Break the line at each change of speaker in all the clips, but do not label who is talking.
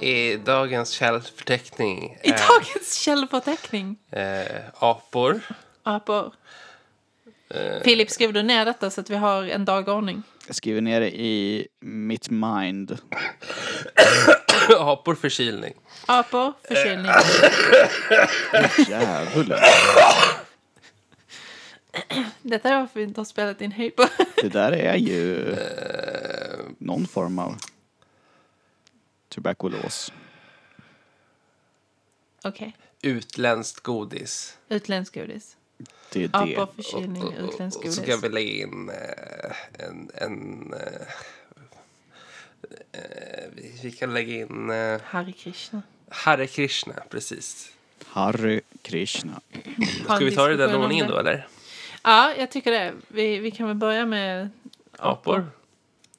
I dagens källförteckning
I
är
dagens källförteckning.
eh, apor.
Apor.
Eh.
Filip, skriver du ner detta så att vi har en dagordning?
Jag skriver ner det i mitt mind.
apor förkylning.
Apor, förkylning.
Eh.
Djävulen.
Detta är varför vi inte har spelat in höjd på.
Det där är ju någon form av tuberkulos.
Okej.
Utländskt godis.
Utländsk godis.
Det är det.
Apor, förkylning, utländsk
Och, och så kan
godis.
vi lägga in eh, en... en eh, eh, vi, vi kan lägga in eh,
Hare Krishna.
Hare Krishna, precis.
Harry Krishna.
Ska vi ta det i den ordningen då,
eller?
eller?
Ja, jag tycker det. Vi, vi kan väl börja med...
Apor.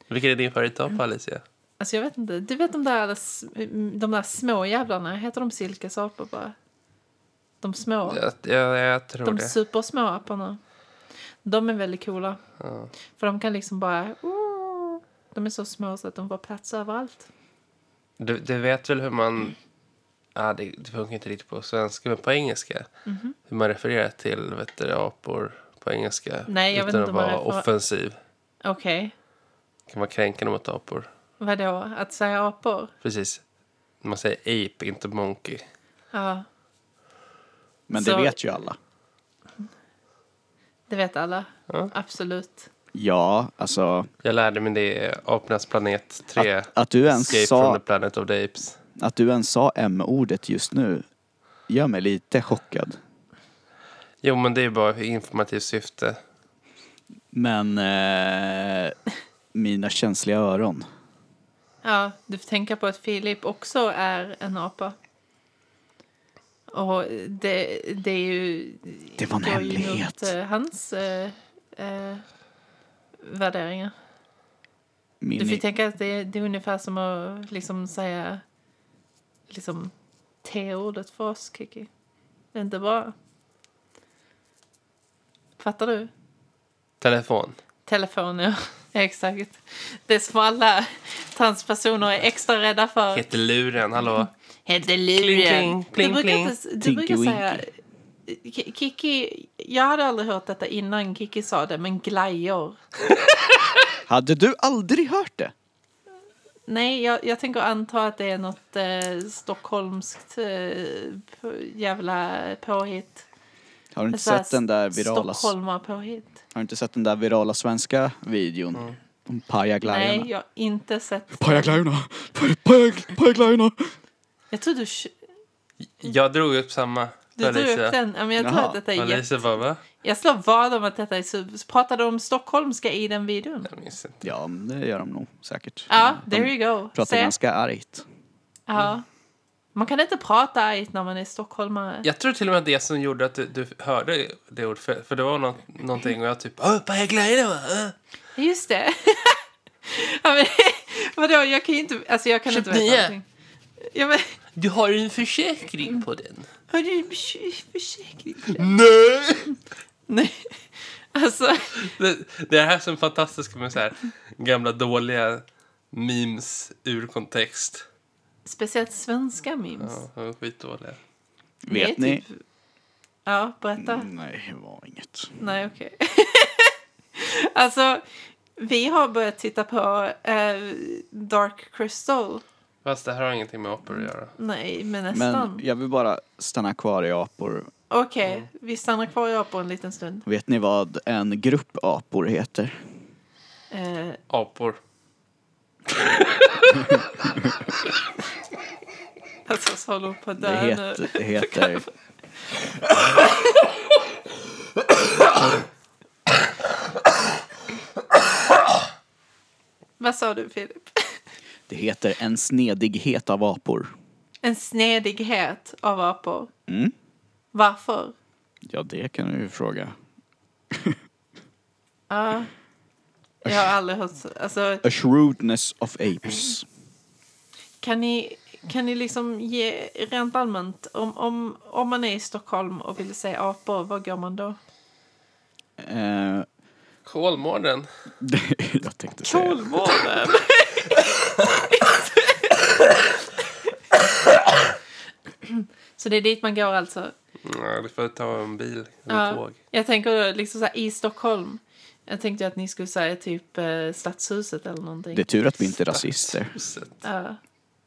Vilken är din favoritapa, Alicia?
Alltså jag vet inte. Du vet de där, alla s- de där små jävlarna? Heter de silkesapor bara? De små?
Jag, jag, jag tror
De
det.
supersmå aporna. De är väldigt coola. För de kan liksom bara... De är så små så att de får plats överallt.
Du, du vet väl hur man... Ah, det, det funkar inte riktigt på svenska, men på engelska.
Mhm.
Hur man refererar till vet du, apor på engelska
Nej, jag vet
utan
inte
att
om man
vara
refererar-
offensiv.
Okej,
kan vara kränkande mot apor.
vadå? Att säga apor?
Precis. Man säger ape, inte monkey.
Ja,
Men det
Så-
vet ju alla.
det vet alla. Absolut.
Ja, alltså
Jag lärde mig det i Apornas planet 3.
att, att, du
Escape
ens
from the
sa,
planet of the apes.
att du ens sa M-ordet just nu gör mig lite chockad.
Jo, men det är bara i informativt syfte.
Men eh, mina känsliga öron.
Ja, du får tänka på att Filip också är en apa. Och det, det är ju...
Det var en
går ju
hemlighet.
Mot, eh, hans eh, eh, värderingar. Du får ju
Min,
tänka att det, det är ungefär som att liksom säga liksom T-ordet för oss, Kiki. Det är inte bra. Fattar du?
Telefon.
Telefon, ja. Exakt. Det som alla transpersoner är extra rädda för.
Heter luren, hallå?
Heter
Kling, kling,
Du
kling,
brukar,
kling.
inte, s- du brukar
Tinky
säga... Ki- Kiki, jag hade aldrig hört detta innan Kiki sa det, men glajjor.
hade du aldrig hört det?
Nej, jag, jag tänker anta att det är något eh, stockholmskt eh, p- jävla påhitt. Alltså,
Har du inte sett den där virala,
Stockholmar-påhitt.
har du inte sett den där virala svenska videon? Om
Nej,
pajaglajjorna.
jag har inte sett.
Pajaglajjorna! Paj- paj- Pajaglajjorna!
Jag tror du, sh-
Jag drog upp samma.
du drog upp den. Ja, men jag tror
Jaha,
att detta är jätte...
Alicia bara, va?
Jag slår vad om att detta är super. Pratade de om stockholmska i den videon?
Jag minns inte.
Ja, men det gör de nog säkert.
Ja,
De
there you go.
Pratar
Se.
ganska argt.
Ja. Man kan inte prata argt när man är stockholmare.
Jag tror till och med att det som gjorde att du, du hörde det ordet, för, för det var något, någonting och jag typ Åh, vad jag glad va? Åh,
Just det. ja, men, vadå, jag kan ju inte... Alltså jag kan inte veta
29.
någonting. Ja, men,
Du har ju en försäkring på den.
har du en förs- försäkring?
Nej!
Nej. Alltså,
Det, det är här som är fantastiskt med så här gamla dåliga memes ur kontext.
speciellt svenska memes.
Ja, de är skitdåliga.
Det är
Vet ni?
typ- Ja, berätta.
Nej, det var inget.
Nej, okej. alltså, vi har börjat titta på eh, Dark Crystal.
Fast det här har ingenting med apor att göra.
Nej, men nästan.
Men jag vill bara stanna kvar i apor.
Okej, vi stannar kvar i Japan en liten stund.
Vet ni vad en grupp apor heter?
Eh,
Apor.
alltså, så håller hon på att
Det
dö nu.
heter... Det heter
Vad sa du, Filip?
Det heter En snedighet av apor.
En snedighet av apor. Varför?
Ja, det kan du ju fråga.
Ja. Jag har aldrig hört... Alltså,
A shrewdness of apes.
Kan ni, kan ni liksom ge rent allmänt, om, om, om man är i Stockholm och vill se apor, var går man då?
Eh,
Kolmården.
jag tänkte säga...
Kolmården! Så det är dit man går alltså.
Ja, du får ta en bil eller tåg.
Jag tänker liksom så här, i Stockholm. Jag tänkte att ni skulle säga typ eh, Stadshuset eller någonting.
Det är tur att vi inte är rasister.
Stadshuset.
Ja,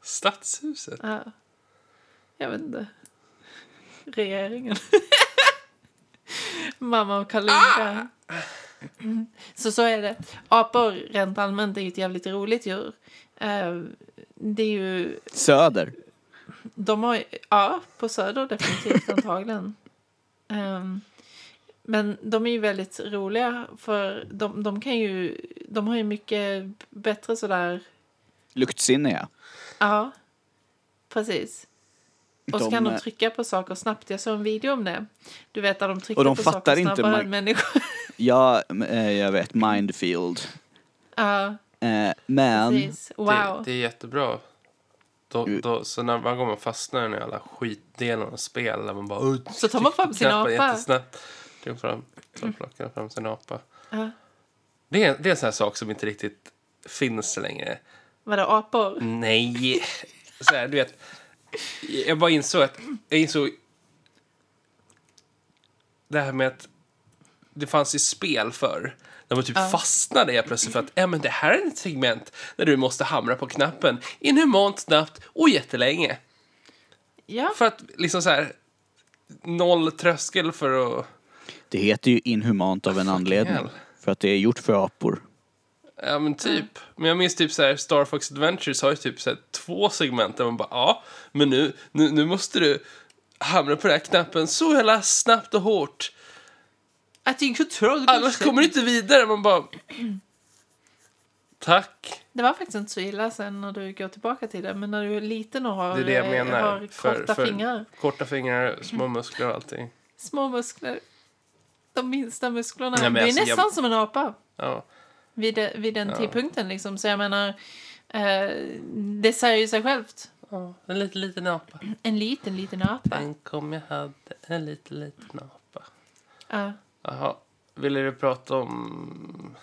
Stadshuset?
ja. Jag vet inte. Regeringen. Mamma och Kalle Lindberg. Mm. Så så är det. Apor rent allmänt är ju ett jävligt roligt djur. Eh, det är ju
Söder.
De har, ja, på Söder definitivt antagligen. Ehm, men de är ju väldigt roliga för de, de kan ju, de har ju mycket bättre sådär,
Luktsinniga.
ja, precis. Och så
De,
kan de
eh,
trycka på saker snabbt. Jag såg en video om det. Du vet att de trycker
Och de
på
fattar
saker
inte
snabbare
man-
än människor.
Ja, eh, jag vet. Mindfield.
ja,
Eh, Men
precis. Wow.
Det, det är jättebra. Då,
Mm.
då, så när varje gång man fastnar i alla skitdelar och spel där man bara... "Oj,
Så tar man fram sin
knappen
apa." Mm.
Jättesnabbt. Tog fram, tar plockar fram sin apa.
Ja.
Det är, det är en sån här sak som inte riktigt finns längre.
Vadå, apor?
Nej. Så här, du vet. Jag bara insåg att... Jag insåg... Det här med att det fanns ju spel förr. Där man typ fastnade helt plötsligt för att äh, men det här är ett segment där du måste hamra på knappen inhumant snabbt och jättelänge.
Ja,
För att liksom så här... Noll tröskel för att...
det heter ju inhumant av en anledning.
hell.
För att det är gjort för apor.
Ja men typ. Men jag minns typ så här, Star Fox Adventures har ju typ så här, två segment där man bara ja, men nu, nu, nu måste du hamra på den här knappen så jävla snabbt och hårt.
att det är kultur.
Annars kommer du inte vidare. Man bara... Tack.
Det var faktiskt inte så illa sen när du går tillbaka till det. Men när du är liten och har,
Det är det jag
eh, har
menar.
korta fingrar.
Korta fingrar, små muskler och allting.
Små muskler. De minsta musklerna.
Nej, men
det är
alltså, jag-
nästan som en apa
Ja.
vid, de, vid den
Ja.
tidpunkten. Liksom. Så jag menar, eh, det säger ju sig självt.
ja. En liten, liten apa.
En liten, liten apa.
Tänk om jag hade en liten, liten apa.
Ja.
Jaha. Ville du prata om...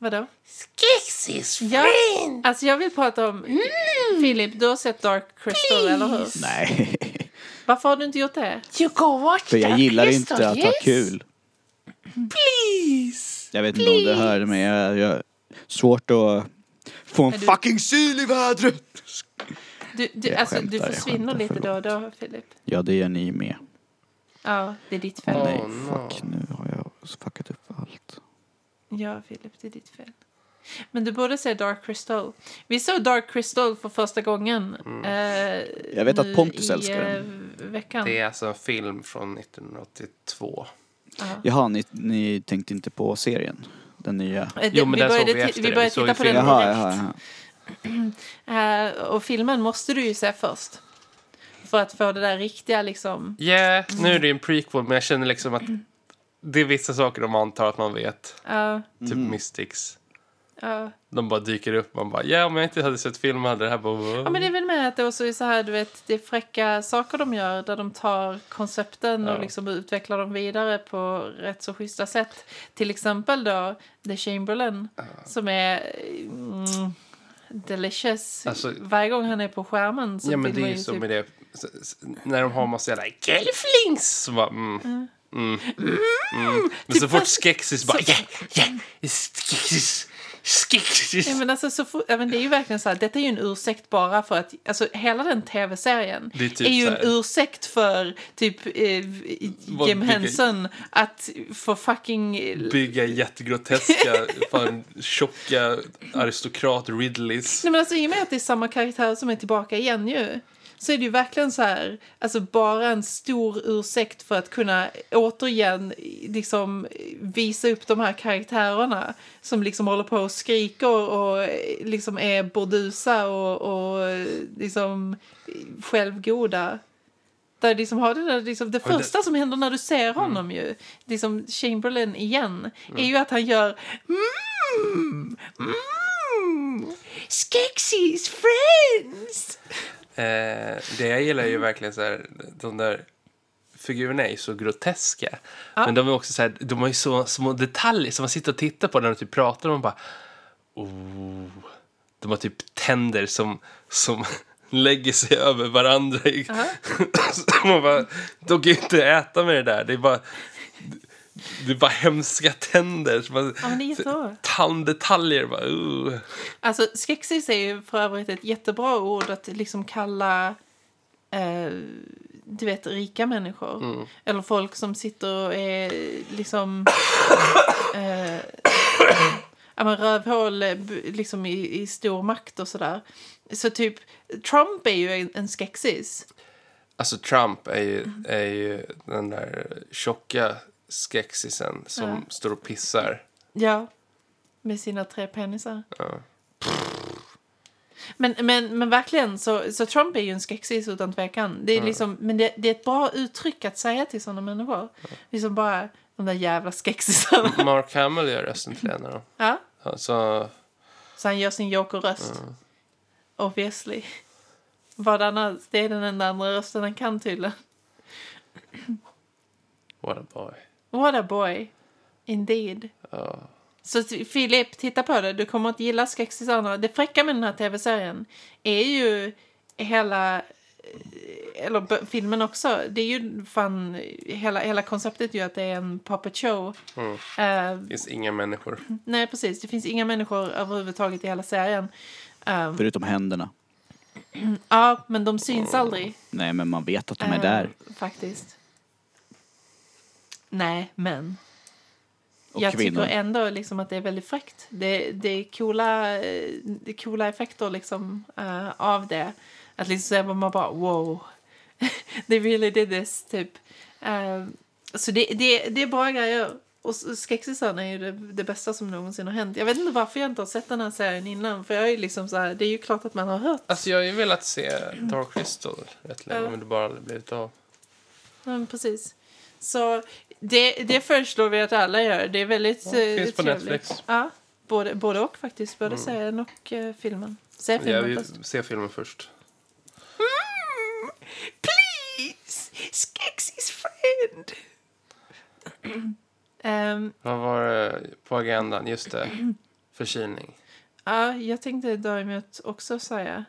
vadå?
Skissis
Ja, alltså jag vill prata om... Filip, du har sett Dark Crystal, eller hur?
Nej,
Varför har du inte gjort det?
You go watch
för jag
Dark
gillar
Crystal,
inte att ha
yes?
kul.
Please!
Jag vet inte om du hörde men jag, jag svårt att få en
Är du-
fucking syl i vädret.
Du, du,
Jag
alltså, du
skämtar, jag
försvinner
skämtar,
lite då och då, Filip.
Ja, det gör ni med.
Ja, det är ditt fel.
Oh,
Nej,
no.
fuck, nu har jag fuckat upp allt.
Ja, Filip, det är ditt fel. Men du borde se Dark Crystal. Vi såg Dark Crystal för första gången. eh,
Mm. Jag vet att
nu
Pontus
i,
älskar
eh, veckan.
Det är alltså en film från 1982.
Jaha, ni, ni tänkte inte på serien? Den nya?
Eh, det-
Jo, men
vi,
den såg
började
vi
ti-
efter
vi
det. Vi
började
såg
titta
ju
på den
filmen.
direkt.
Jaha, jaha, jaha.
Eh, och filmen måste du ju se först. För att få det där riktiga liksom.
Ja, nu är det ju en prequel, men jag känner liksom att det är vissa saker de antar att man vet.
Ja,
Typ Mystics.
ja.
De bara dyker upp. Man bara, ja, om jag inte hade sett film hade det här bara...
ja, men det är väl med att det också är så här, du vet, det är fräcka saker de gör där de tar koncepten
Ja.
och liksom utvecklar dem vidare på rätt så schyssta sätt. Till exempel då The Chamberlain som är mm, delicious.
Alltså-
Varje gång han är på skärmen så
ja, men
vill
det
man
är ju
ju
så
typ...
med det. S- s- När de har massa jävla gelflings! Så bara, mm. Mm. Mm.
Typ
Men så fort Skeksis bara, ja, ja, Skeksis,
Ja,
Skeksis.
men alltså, så for, ja, men det är ju verkligen så här, detta är ju en ursäkt bara för att alltså, hela den tv-serien
Det är
är,
typ
ju
så
en
här-
ursäkt för typ eh,
Vad
Jim
bygga-
Henson att få fucking...
Bygga jättegroteska, fan tjocka aristokrat Ridleys.
Nej, men alltså, I och med att det är samma karaktär som är tillbaka igen ju så är det ju verkligen så här, alltså bara en stor ursäkt för att kunna återigen liksom visa upp de här karaktärerna som liksom håller på och skriker och eh, liksom är bordusa och, och eh, liksom självgoda. Där liksom har det, där, liksom, det
Och det-
första som händer när du ser honom ju, liksom Chamberlain igen, är ju att han gör mm, mm, Skeksis friends!
Eh, det jag gillar är ju verkligen så här, de där figurerna är ju så groteska. Men de är också så här, de har ju så små detaljer som man sitter och tittar på när de typ pratar och man bara, oh. De har typ tänder som, som, lägger sig över varandra. i- Så man bara, de kan ju inte äta med det där. Det är bara, det är bara hemska tänder. Så man,
Ja, men det är jättebra.
tanddetaljer bara, uh.
Alltså, skexis är ju för övrigt ett jättebra ord att liksom kalla eh, du vet, rika människor. Eller folk som sitter och är liksom... eh, ja, men rövhål eh, b- liksom i, i stor makt och sådär. Så typ, Trump är ju en, en skexis.
Alltså Trump är ju,
Mm.
är ju den där tjocka skexisen som
Ja.
står och pissar.
Ja, med sina tre penisar.
Ja.
Men, men, men verkligen, så, så Trump är ju en skexis utan tvekan. Det är liksom, men det, det är ett bra uttryck att säga till sådana människor. Liksom bara, de där jävla skexisarna.
Mark Hamill gör rösten till en av dem.
Ja,
Alltså,
så han gör sin joker-röst. Obviously. Vad annars? Det är den enda andra rösten han kan tydligen.
what a boy.
What a boy. Indeed.
Ja.
Så t- Filip, titta på det. Du kommer att gilla skräckisarna. Det fräcka med den här tv-serien är ju hela... eh, Eller b- filmen också. Det är ju fan... Hela, hela konceptet är ju att det är en puppet show. Eh,
Det finns inga människor.
nej, precis. Det finns inga människor överhuvudtaget i hela serien. Eh,
Förutom händerna.
ja, men de syns aldrig.
Nej, men man vet att de är
Eh,
där.
Faktiskt. Nej, men.
Och
jag
kvinnor.
tycker ändå liksom att det är väldigt fräckt. Det, det, är, coola, eh, det är coola effekter liksom, eh, av det. Att liksom säga man bara wow, they really did this, typ. Eh, så det, det, det är bra grejer. Och s- Skexisarna är ju det, det bästa som någonsin har hänt. Jag vet inte varför jag inte har sett den här serien innan. För jag är ju liksom så här, det är ju klart att man har hört.
Alltså jag har ju velat se Dark Crystal rätt länge
Ja.
men det bara aldrig blivit av.
Ja, men precis. Så det, det föreslår vi att alla gör. Det är väldigt
Ja,
ja,
det finns
trevligt.
på Netflix. Mm.
Ja, både, både och faktiskt. Både serien och eh, filmen. Se
Jag
filmen
vill
först. Mm!
se filmen först.
Please! Skexis friend! Ehm,
Vad var det på agendan? Just det, förkylning.
ja, jag tänkte däremot också säga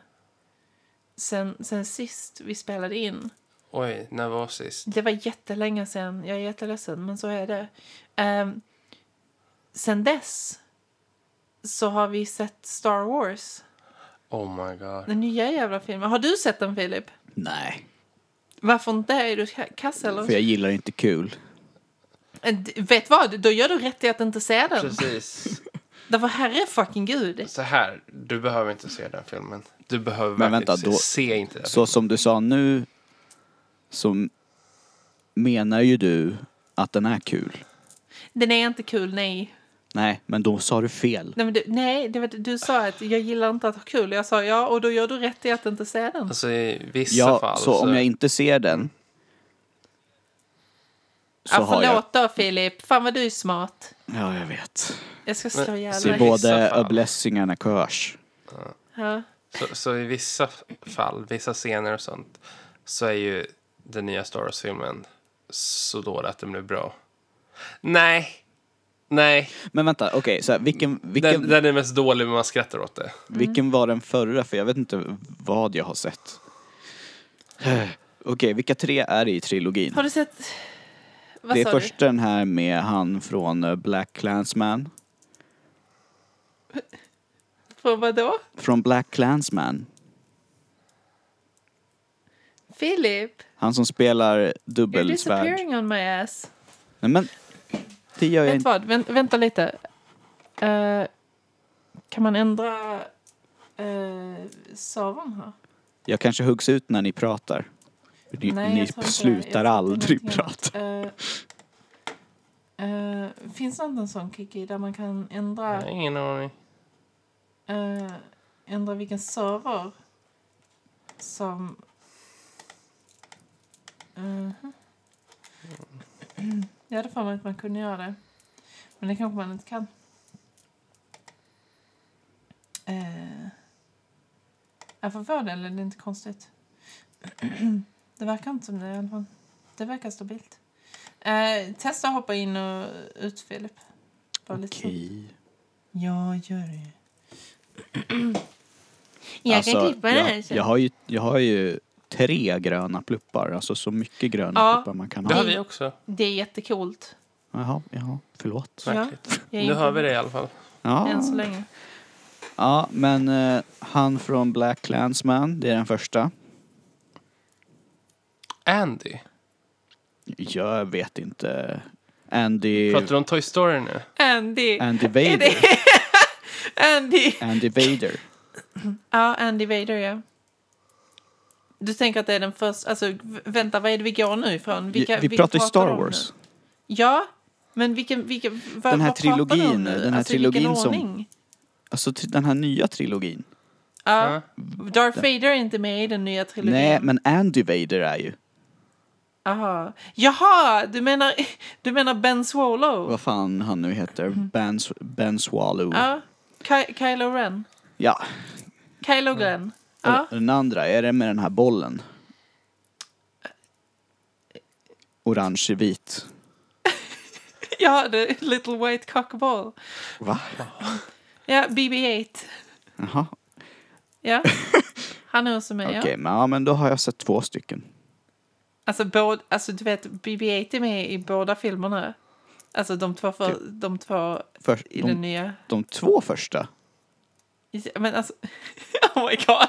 sen, sen sist vi spelade in.
Oj, när var sist?
Det var jättelänge sedan. Jag är jätteledsen, men så är det. Um, sen dess så har vi sett Star Wars.
Oh my god.
Den nya jävla filmen. Har du sett den, Filip?
Nej,
Varför inte? Är du kass
för
eller?
jag gillar inte kul.
Eh, d- Vet vad? Då gör du rätt i att inte se den.
Precis.
Därför herre fucking gud.
Så här, du behöver inte se den filmen. Du behöver
Men
verkligen
vänta,
inte se,
då-
se inte den.
Så som du sa nu så menar ju du att den är kul.
Den är inte kul, nej.
Nej, men då sa du fel.
Nej, men du, nej det var, du sa att jag gillar inte att ha kul. Jag sa ja, och då gör du rätt i att inte se den.
Alltså i vissa
Ja,
fall
så om jag inte ser den så
Ja,
har jag...
förlåt då, Filip. Fan vad du är smart.
Ja, jag vet.
Jag ska
Men-
slå ihjäl
så
Det
i
är
dig.
vissa
både
fall.
a blessing and a curse.
Ja.
Så, så i vissa fall, vissa scener och sånt, så är ju den nya Star Wars-filmen så dålig att den blir bra. Nej. Nej.
Men vänta, okej, så här, vilken, vilken,
Den, den är mest dålig, men man skrattar åt det.
Mm.
vilken var den förra? För jag vet inte vad jag har sett. Okej, vilka tre är det i trilogin?
Har du sett... Vad
Det
sa
är först den här med han från eh, Black Clansman.
du? Från vadå?
Från Black Clansman.
Philip,
Han som spelar
you're
dubbelsvärd.
disappearing on my ass.
Nej men, det gör jag
Vet
inte.
vad, Vänt, vänta lite. Eh, kan man ändra uh, savan här?
Jag kanske huggs ut när ni pratar.
Nej,
Ni,
jag tror
ni
inte det.
slutar
Jag tror
aldrig
inte någonting
prata.
annat. Eh, eh, finns det inte en sån Kiki där man kan
Jag
ändra,
har ingen aning.
eh, ändra vilken server som... Mhm. Jag hade för mig att man kunde göra det. Men det kanske man inte kan. Eh, jag får vår del är det inte konstigt. det verkar inte som det i alla fall. Det verkar stabilt. Eh, testa att hoppa in och ut, Filip. Bara lite så.
Okej.
Ja, gör det. Jag kan klippa det här
Alltså,
sen.
jag, jag, har ju, jag har ju tre gröna pluppar, alltså så mycket gröna
Ja.
pluppar man kan
Det
ha.
har
Nej.
vi också.
Det är jättekult.
Jaha, jaha, förlåt.
Ja,
Märkligt.
jag är
nu
inte
har vi det i alla fall.
Ja,
Än så länge.
ja men eh, han från Black Clansman, det är den första.
Andy.
Jag vet inte. Andy...
Pratar du om Toy Story nu?
Andy.
Andy
Är
Vader.
det- Andy.
Andy Vader.
Ja, Andy Vader, ja. Du tänker att det är den första... Alltså, v- vänta, vad är det vi går nu ifrån?
Vi,
Vilka,
vi
vilka
pratar ju
de
Star
nu?
Wars.
Ja, men vilken... vilken vad,
Den här
vad pratar de om
trilogin,
nu?
den här
alltså, i vilken
trilogin som-
ordning?
Alltså till den här nya trilogin.
Ja,
Ja.
Darth Vader är inte med i den nya trilogin.
Nej, men Andy Vader är ju.
Aha. Jaha, du menar, du menar Ben Swallow?
Vad fan han nu heter. Ben, S- ben Swallow.
Mm-hmm. Ja. Ky- Kylo Ren?
Ja.
Kylo Glenn?
Och
Ja.
Den andra, är det med den här bollen? Orange i vit.
ja, the Little White Cockball.
Va?
Ja, BB-8.
Jaha.
Ja. Han är också med,
Okej,
ja.
men, ja, men då har jag sett två stycken.
Alltså, både, alltså, du vet, BB-8 är med i båda filmerna. Alltså de två, för, de två
För,
i
de,
den nya.
de två första.
Men alltså, oh my god.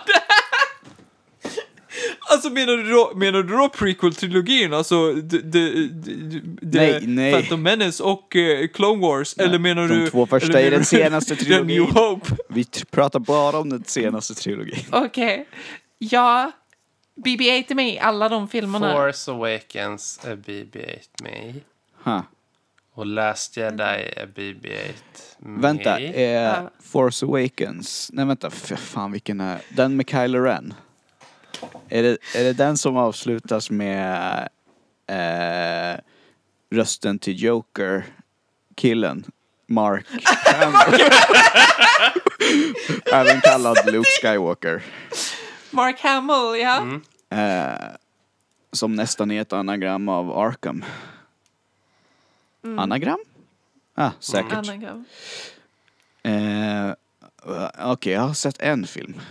Alltså menar du då, menar du då prequel-trilogin? Alltså d- d- d- d-
Nej, nej.
Phantom Menace och eh, Clone Wars? eller menar
de
du...
två första
eller
i
menar
den
du-
senaste
The
trilogin.
New Hope?
Vi t- pratar bara om den senaste trilogin.
Okej. Ja, BB-8 är med i alla de filmerna.
Force Awakens är BB-8 mig.
Huh.
Och Last Jedi är BB-8 mig.
Vänta, eh,
Ja.
Force Awakens. Nej vänta, för fan vilken är Den med Kylo Ren. Är det, är det den som avslutas med eh, rösten till Joker-killen? Mark Hamill. Även kallad Luke Skywalker.
Mark Hamill, ja.
Eh, som nästan är ett anagram av Arkham.
Mm.
Anagram? Ah, säkert.
Annan gång.
Eh, Okej, jag har sett en film.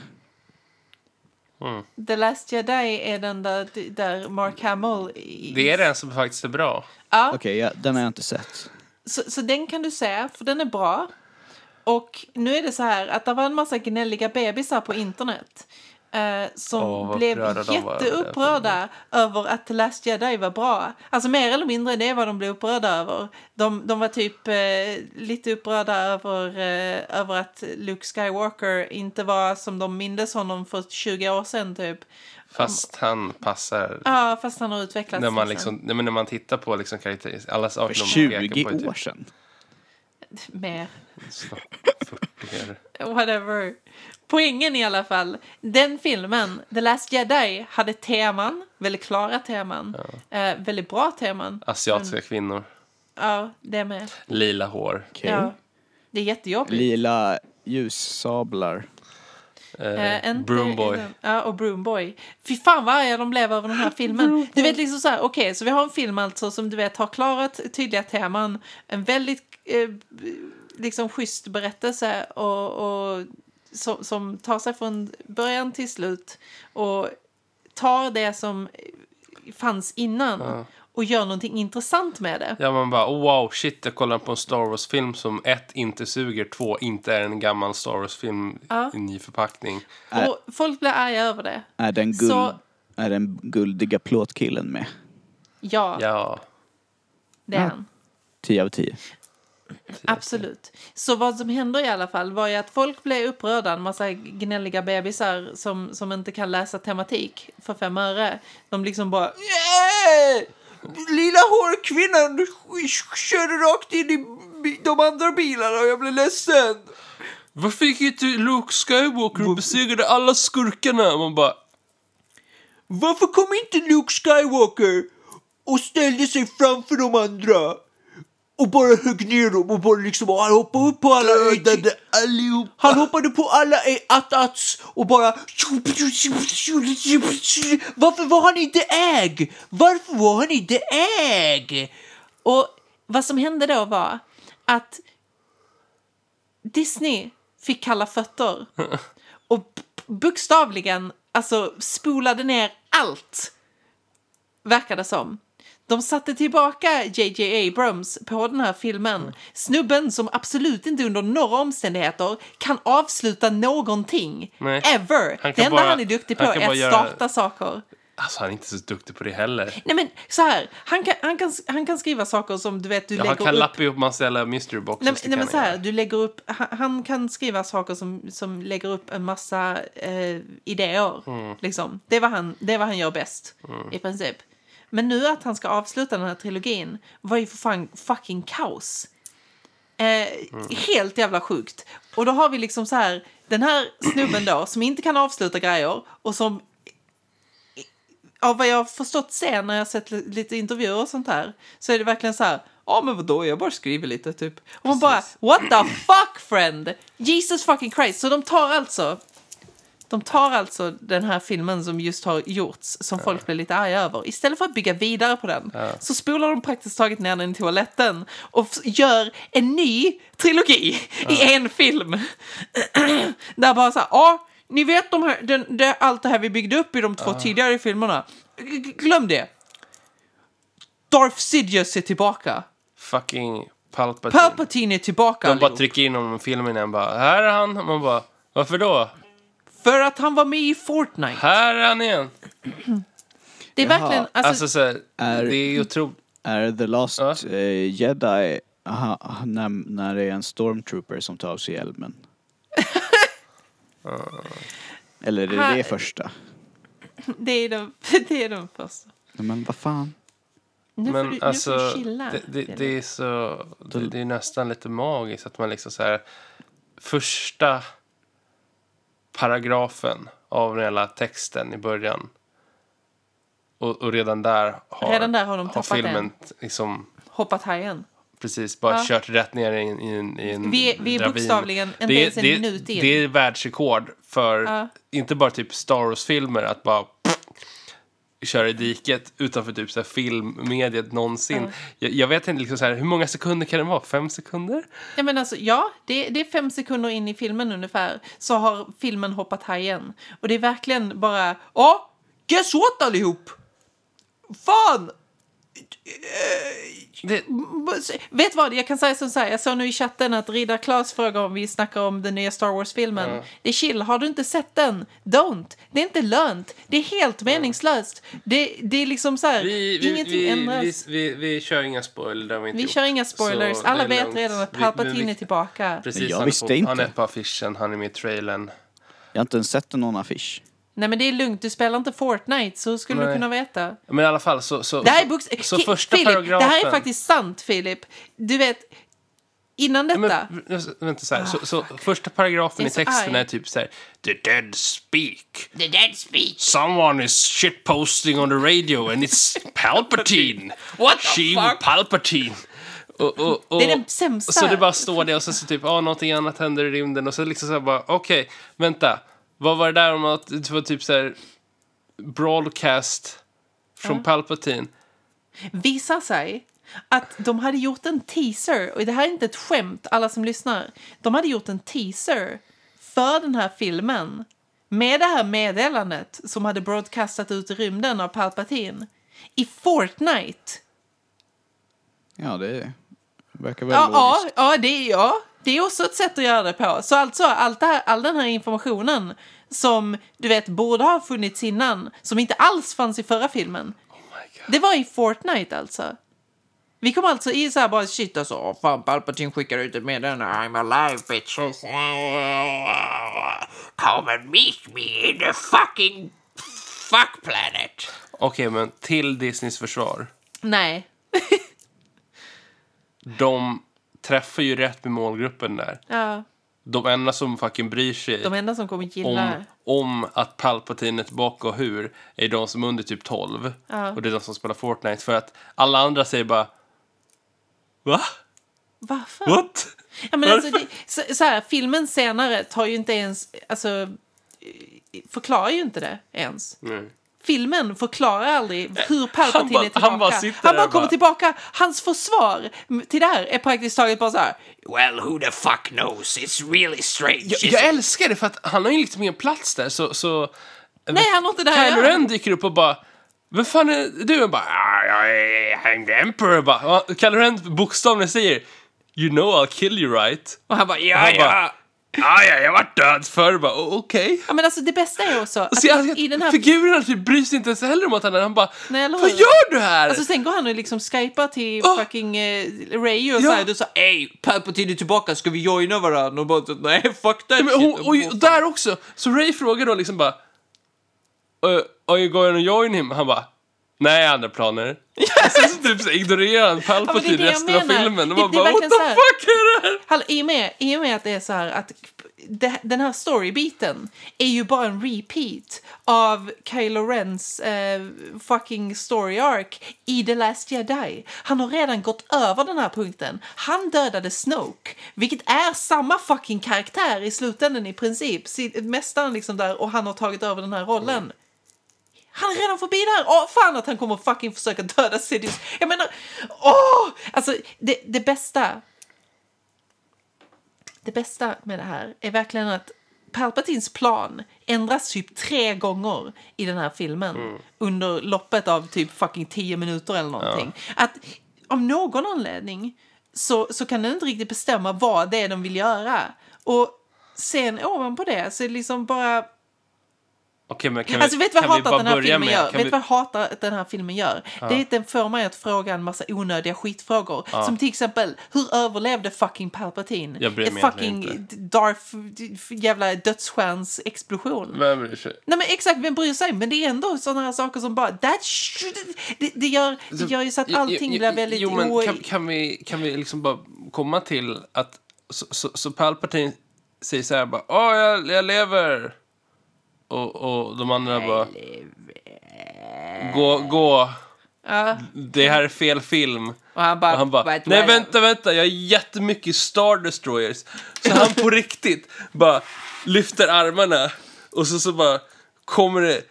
The Last Jedi är den där, där Mark Hamill... i-
Det är den som faktiskt är bra.
Ja,
Okej, ja, den har jag inte sett.
så, så den kan du se, för den är bra. Och nu är det så här att det var en massa gnälliga bebisar på internet eh, som
Åh, vad
blev
upprörda de var över det.
jätteupprörda över att The Last Jedi var bra. Alltså mer eller mindre det var de blev upprörda över. De, de var typ eh, lite upprörda över, eh, över att Luke Skywalker inte var som de mindes honom för 20 år sedan typ.
Fast han passar
Ja, fast han har utvecklats.
när man,
liksom.
liksom, nej, men när man tittar på liksom karaktär, alla saker
För
de pekar
20
på. är typ
år sedan.
liksom
Mer.
snart 40 år.
Whatever. Poängen i alla fall. Den filmen, The Last Jedi, hade teman. Väldigt klara teman. Eh, väldigt bra teman.
Asiatiska
Mm.
kvinnor.
Ja, det med.
Lila hår.
Okej.
Ja. Det är jättejobbigt.
Lila ljussablar.
Eh,
Eh, inte
Broomboy.
innan- Ja, och Broomboy. Fy fan vad arga de blev över den här filmen. Du vet liksom så här, okej, så vi har en film alltså som du vet har klarat tydliga teman. En väldigt eh, liksom schysst berättelse och, och som, som tar sig från början till slut och tar det som fanns innan
Ja.
och gör någonting intressant med det.
Ja, man bara oh, wow, shit, jag kollar på en Star Wars-film som ett, inte suger, två, inte är en gammal Star Wars-film
Ja.
i ny förpackning.
Äh.
Och folk blir arga över det.
Är den, guld,
Så-
är den guldiga plåtkillen med?
Ja,
Ja,
det är han.
10 av 10.
Absolut. Så vad som hände i alla fall var ju att folk blev upprörda, en massa gnälliga bebisar som, som inte kan läsa tematik för fem öre. De liksom bara
Nej! Lilla hårkvinnan sk- sk- körde rakt in i bi- de andra bilarna och jag blev ledsen.
Varför gick inte Luke Skywalker och besegrade alla skurkarna? Man bara...
Varför kom inte Luke Skywalker och ställde sig framför de andra? Och bara högg ner dem och bara liksom, och han hoppade upp på alla dödade allihop. Han hoppade på alla att-ats och bara... Varför var han inte äg? Varför var han inte äg?
Och vad som hände då var att Disney fick kalla fötter. Och p- bokstavligen alltså, spolade ner allt, verkar det som. De satte tillbaka JJ Abrams på den här
Mm.
filmen. Snubben som absolut inte under några omständigheter kan avsluta någonting.
Nej.
Ever.
Han kan
det enda
bara-
han är duktig på
han kan
är
bara
att
göra-
starta saker.
Alltså han är inte så duktig på det heller.
Nej men så här, han kan, han kan, han kan skriva saker som du vet du
Ja, han
lägger
kan
upp.
lappa ihop massa jävla mystery boxes.
Nej,
det
men- nej
kan
men
han
så här,
göra.
du lägger upp, han, han kan skriva saker som, som lägger upp en massa eh, idéer. Liksom. Det, är vad han, det är vad han gör bäst i princip. Men nu att han ska avsluta den här trilogin var ju för fan fucking kaos. Eh, Helt jävla sjukt. Och då har vi liksom så här, den här snubben då som inte kan avsluta grejer och som av vad jag har förstått sen när jag har sett li- lite intervjuer och sånt här så är det verkligen så här ja men vadå jag bara skriver lite typ. Och man bara what the fuck friend! Jesus fucking Christ! Så de tar alltså de tar alltså den här filmen som just har gjorts, som folk blir lite arga över. Istället för att bygga vidare på den så spolar de praktiskt taget ner den i toaletten och f- gör en ny trilogi i en film. Där bara så här, ja, ni vet de här, den, det, allt det här vi byggde upp i de två
Ah.
tidigare filmerna. G- g- Glöm det. Darth Sidious är tillbaka.
Fucking Palpatine.
Palpatine är tillbaka.
De bara
allihop.
trycker in honom i filmen igen bara, här är han. Och Man bara, varför då?
För att han var med i Fortnite.
Här är han igen.
Det är verkligen, alltså,
Alltså så här,
Är-
det är ju otroligt.
Är The Last
Ja.
eh, Jedi aha, när, när det är en stormtrooper som tar av sig hjälmen? Eller är det
Här-
det första?
det, är den, det är den första.
Nej, Men vad fan?
Nu får du,
Men alltså,
nu får du chilla.
det, det, det
Felix.
är så, det, det är nästan lite magiskt att man liksom så här, första paragrafen av den hela texten i början och, och redan där har,
Redan där har de tappat
filmen liksom
Hoppat hajen.
precis bara
Ja.
kört rätt ner i en, i en, i en
Vi är- vi är
ravin.
bokstavligen inte
Det är-
ens en
det är-
minut in.
Det är världsrekord för,
Ja.
inte bara typ Star Wars-filmer, att bara pff, köra i diket utanför typ så här filmmediet någonsin.
Ja.
Jag, jag vet inte, liksom så här, hur många sekunder kan det vara? Fem sekunder?
Ja, men alltså, ja det, det är fem sekunder in i filmen ungefär så har filmen hoppat hajen. Och det är verkligen bara, ja, guess what allihop? Fan!
Det,
Vet vad, jag kan säga som så här, jag såg nu i chatten att Riddar Klas frågar om vi snackar om den nya Star Wars-filmen. Det är chill, har du inte sett den? Don't! Det är inte lönt, det är helt meningslöst. Det, det är liksom så här,
vi, vi,
ingenting
vi,
ändras.
vi, vi, vi kör inga spoilers. det har Vi, inte
Vi
gjort.
kör inga spoilers.
Så
Alla
det är
vet
lugnt.
redan att
Vi- men
Palpatine
vi-
är tillbaka.
Precis,
Men jag
han, är
visste
på,
inte.
han är på affischen, han är med i trailern.
Jag har inte ens sett någon affisch.
Nej, men det är lugnt. Du spelar inte Fortnite, så skulle du
Nej.
kunna veta.
Men i alla fall så... så
Det här är boks...
så
Ki-
första
Filip,
paragrafen...
Det här är faktiskt sant, Filip. Du vet, innan detta...
Men, v- vänta så här. så, så första paragrafen
Det
i
är så
texten
arg.
är typ så här. The dead speak. The dead speak. Someone is shitposting on the radio and it's Palpatine. What the She fuck? Palpatine. Och, och, och,
Det är den sämsta.
Så det bara står det och sen så typ, ah, någonting annat händer i rymden och så liksom så här bara, okej, vänta. Vad var det där om att det var typ så här broadcast från Palpatine?
visar sig att de hade gjort en teaser, och det här är inte ett skämt, alla som lyssnar. De hade gjort en teaser för den här filmen med det här meddelandet som hade broadcastat ut i rymden av Palpatine i Fortnite.
Ja, det verkar väl
Ja, ja,
logiskt.
ja, det är, ja, det är också ett sätt att göra det på. Så alltså, allt det här, all den här informationen som du vet borde ha funnits innan, som inte alls fanns i förra filmen.
Oh
Det var i Fortnite alltså. Vi kom alltså i så här bara shit alltså, åh, fan Palpatine skickar ut ett meddelande, I'm alive bitches.
Come and meet me in the fucking fuck planet.
Okej, men till Disneys försvar.
Nej,
De träffar ju rätt med målgruppen där.
ja,
De enda som fucking bryr sig
de enda som kommer gilla det
om,
här.
om att Palpatine är tillbaka och hur är de som är under typ 12.
Ja.
Och det är de som spelar Fortnite. För att alla andra säger bara... Va?
Varför?
What?
Ja, men alltså, det,
Varför?
så, så här, filmen senare tar ju inte ens, alltså, eh, förklarar ju inte det ens.
Nej.
Filmen förklarar aldrig hur Palpatine
bara-
är tillbaka.
han bara sitter
han
där
bara
och
kommer
bara-
tillbaka. Hans försvar till det här är praktiskt taget bara så här.
Well, who the fuck knows? It's really strange.
Jag, jag älskar det för att han har ju lite mer plats där så... så
Nej, han har inte det här
Kylo
att göra.
Ren dyker upp och bara Vem fan är du? Och bara "Ah, jag är I'm the Emperor. Och Bara, och Kylo Ren bokstavligen säger You know I'll kill you right?
Och han bara, ja,
Han
ja.
bara Ja, ja, jag har varit död förr. Bara, "O- Okej.
Ja, men alltså det bästa är också att
Så Alltså, jag,
i den här...
Figurerna typ bryr sig inte ens heller om att han är Han bara
Nej, eller
Vad
hur?"
gör du här?
Alltså sen går han och liksom skypar till
Åh!
fucking eh, Ray och
Ja.
säger
Du sa ey, Palpatine är tillbaka, ska vi joina varandra? Och bara så, nej fuck that
Men hon,
shit.
och, och där också, så Ray frågar då liksom bara "Uh, Are you going to join him? Han bara Nej, andra planer. Och sen så typ så ignorerar han
Ja, men det
Palpatine
är det jag
resten av
menar.
filmen. Och
Det-
man
det är
bara What the
verkligen så här."
fuck är det här?
Hallå, i, och med, I och med att det är så här att det, den här storybiten är ju bara en repeat av Kylo Rens eh, fucking story arc i The Last Jedi. Han har redan gått över den här punkten. Han dödade Snoke, vilket är samma fucking karaktär i slutändan i princip. Si- Mästaren liksom där och han har tagit över den här rollen. Han är redan förbi där! Åh, fan att han kommer fucking försöka döda Sidious. Jag menar, åh! Alltså, det, det bästa det bästa med det här är verkligen att Palpatins plan ändras typ tre gånger i den här filmen under loppet av typ fucking tio minuter eller någonting. Att om någon anledning så, så kan den inte riktigt bestämma vad det är de vill göra. Och sen ovanpå det så är det liksom bara
Okej, men kan
alltså
vi,
vet du vad
kan
jag
vi
hatar
bara
att den här
börja
filmen
med?
gör?
Kan
Vet
vi-
du vad jag hatar att den här filmen gör? Det är att den får mig att fråga en massa onödiga skitfrågor. Som till exempel, hur överlevde fucking Palpatine?
Jag bryr
en
mig
fucking
egentligen
Darth d- f- jävla dödsstjärns explosion.
Vem bryr sig?
Nej men exakt, vem bryr sig? Men det är ändå sådana här saker som bara... That sh- det, det, gör, det gör Alltså, ju så att
Jo,
allting
jo,
blir väldigt...
Jo, men
o-
kan, kan, vi, kan vi liksom bara komma till att så, så, så Palpatine säger så här bara Åh, jag, jag lever! Och, och de andra bara Gå, gå!
ja.
Det här är fel film.
Och han bara...
Och han bara,
"But
nej
well."
vänta, vänta, jag har jättemycket Star Destroyers. Så han på riktigt bara lyfter armarna och så, så bara kommer det,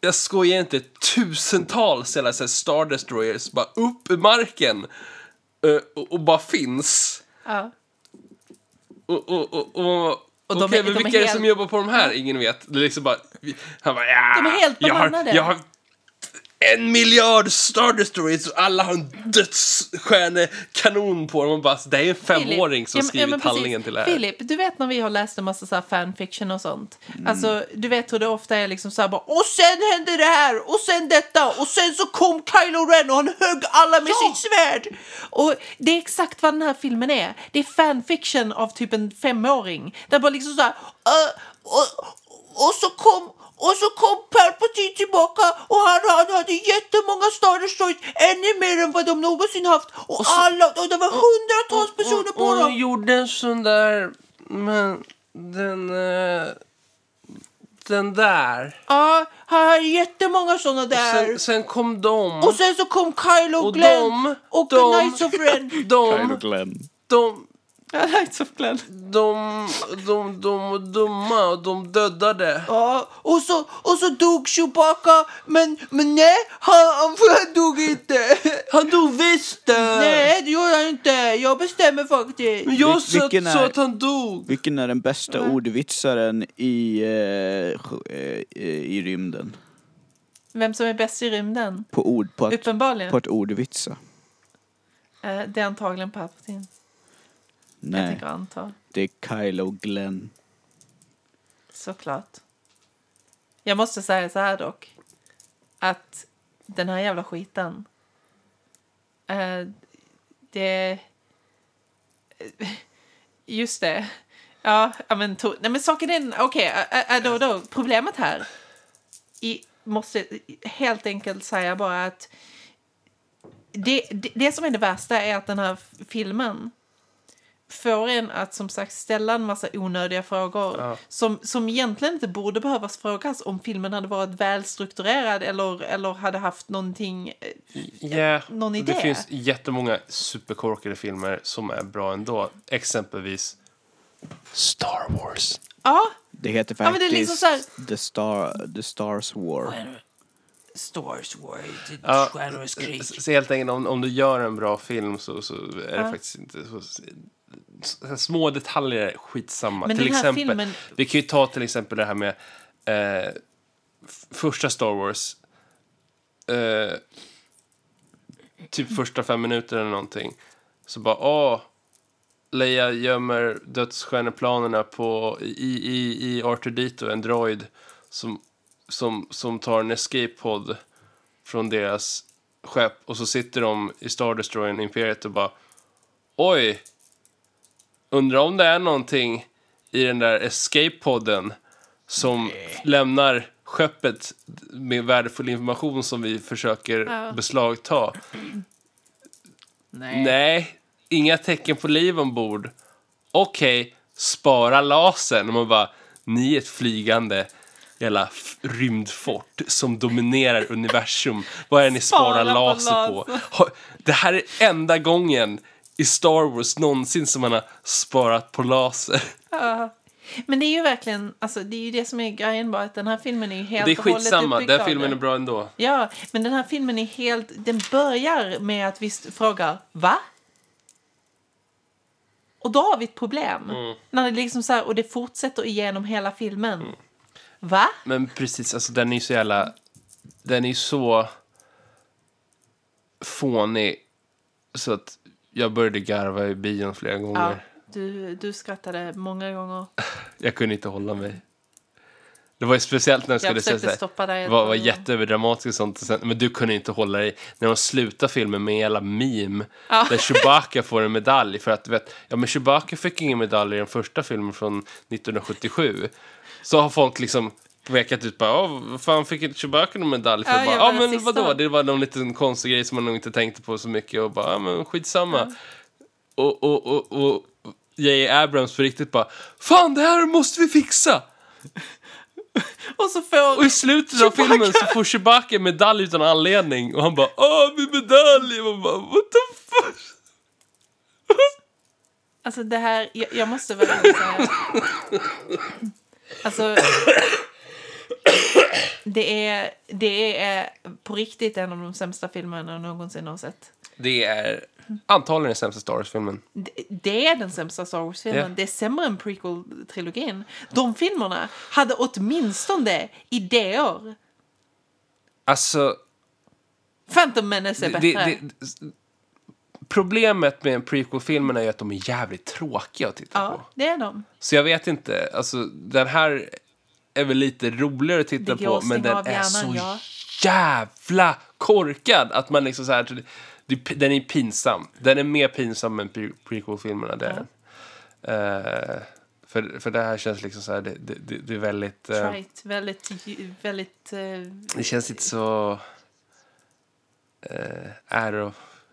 jag skojar inte, tusentals jävla så här Star Destroyers bara upp ur marken eh, och, och bara finns.
Ja.
Och, och, och, och,
de är-
Okej,
de
men
är
vilka är det
helt-
som jobbar på de här? Ingen vet. Det är liksom bara, vi- han bara, ja,
De är helt
jag har,
bemannade."
jag har en miljard Star Destroyers och alla har en dödsstjärnekanon på dem. Och bara, det är en femåring som
Ja, men- ja,
skrivit
men precis.
handlingen till det här.
Filip, du vet när vi har läst en massa så här fanfiction och sånt.
Mm.
Alltså, du vet hur det ofta är liksom så här bara Och sen hände det här och sen detta och sen så kom Kylo Ren och han högg alla med
Ja!
sitt svärd. Och det är exakt vad den här filmen är. Det är fanfiction av typ en femåring. Där bara liksom så här "Ö, och, och så kom och så kom Palpatine tillbaka och han, han hade jättemånga Star Destroyers, ännu mer än vad de någonsin haft. Och, alla, och det var hundratals personer på
och, och
dem.
gjorde en sån där, men den, eh, den där.
Ja, han hade jättemånga såna
Sen,
där.
sen kom de.
Och sen så kom Kylo
Och
Glenn
de-
och
de-
Knights of Ren.
de,
Glenn.
de,
Knights of Glenn.
de, de, de var dumma och de dödade.
Ja, och så, och så dog Chewbacca, men, men nej, han, han, han dog inte.
Han dog visst det!
Nej, det gjorde han inte. Jag bestämmer faktiskt.
Äh. Men jag
Vil-
sa
vilken
sa
är-
att han dog!
Vilken är den bästa ordvitsaren i, eh, sj- eh, eh, i rymden?
Vem som är bäst i rymden?
På, ord, på, att,
Uppenbarligen.
på att ordvitsa?
Eh, Det är antagligen Palpatine. Jag
Nej,
tänker anta.
det är Kylo Glenn.
Såklart. Jag måste säga så här dock. Att den här jävla skiten. eh, det... eh, Just det. Ja, ja, men, to... Nej, men saken är... Okej, ä- ä- då, då. Problemet här. I, måste helt enkelt säga bara att det, det, det som är det värsta är att den här f- filmen får en att som sagt ställa en massa onödiga frågor
Ja.
som, som egentligen inte borde behövas frågas om filmen hade varit välstrukturerad eller, eller hade haft någonting... eh,
Yeah.
Någon idé?
Det finns jättemånga superkorkade filmer som är bra ändå. Exempelvis Star Wars.
Ja,
Det heter
men
faktiskt
det är liksom så
The, Star, The Stars War.
Stars War,
Ja,
Stjärnornas krig.
Så så helt enkelt, om, om du gör en bra film så, så är det faktiskt inte så... s- s- Små detaljer är skitsamma.
Men
till
den här
exempel,
filmen-
Vi kan ju ta till exempel det här med eh, f- första Star Wars. Eh, typ första fem minuter eller någonting. Så bara, åh, Leia gömmer dödsstjärneplanerna på, i, i, i R2D2, en droid som, som, som tar en escape pod från deras skepp och så sitter de i Star Destroyern Imperiet och bara Oj! Undrar om det är någonting i den där escape podden som lämnar skeppet med värdefull information som vi försöker
Ja.
beslagta.
Nej.
Nej, inga tecken på liv ombord. Okej, spara lasern. Och man bara, ni är ett flygande jävla f- rymdfort som dominerar universum. Vad är det ni sparar
Spara på
laser på?
laser.
Ha- Det här är enda gången i Star Wars någonsin som man har sparat på laser.
Ja. Men det är ju verkligen, alltså det är ju det som är grejen bara att den här filmen är ju helt
Det är
och hållet
skitsamma,
uppbyggd
den
av
filmen
det.
är bra ändå.
Ja, men den här filmen är helt, den börjar med att vi st- frågar va? Och då har vi ett problem.
Mm.
När det liksom så här, och det fortsätter igenom hela filmen. Va?
Men precis, alltså den är ju så jävla... Den är ju så fånig så att jag började garva i bion flera gånger.
Ja, du, du skrattade många gånger.
Jag kunde inte hålla mig. Det var ju speciellt när de skulle
försökte
säga så
stoppa dig
här,
ett
var,
par
var
gånger.
jätteöverdramatiskt och sånt. och Sen, men du kunde inte hålla dig. När de slutar filmen med en jävla meme. Där Chewbacca får en medalj. För att du vet, ja men Chewbacca fick ingen medalj i den första filmen från 1977. Så har folk liksom vekat ut bara, "Ja, vad fan fick inte Chewbacca någon medalj för?
Ja,
Ja, bara,
jag
ja
var
men
den sista."
vadå, det var någon liten konstig grej som man nog inte tänkte på så mycket och bara, ja men skitsamma och, och, och, och J.J. Abrams på riktigt bara Fan, det här måste vi fixa!
Och så får...
Och i slutet av filmen så får Chewbacca medalj utan anledning och han bara Åh, min medalj! Och man bara What the fuck?
Alltså det här, jag, jag måste verkligen säga. Alltså. Det är, det är på riktigt en av de sämsta filmerna jag någonsin har sett.
Det är antagligen den sämsta Star Wars-filmen.
Det, det är den sämsta Star Wars-filmen.
Ja.
Det är sämre än prequel-trilogin. De filmerna hade åtminstone idéer.
Alltså,
Phantom Menace är
det,
bättre.
det, det, problemet med prequel-filmerna är ju att de är jävligt tråkiga att titta på.
ja, det är de.
Så jag vet inte, alltså den här är väl lite roligare att titta
Det går
på
att
men
stänga
den
av
är
hjärnan,
så
ja.
jävla korkad att man liksom så här, det- den är pinsam. Den är mer pinsam än pre- prequel-filmerna, det är den. Eh, för, för det här känns liksom så här, det, det, det, det är väldigt... eh,
Right. Väldigt, ju- väldigt... eh,
det känns inte så eh, äro,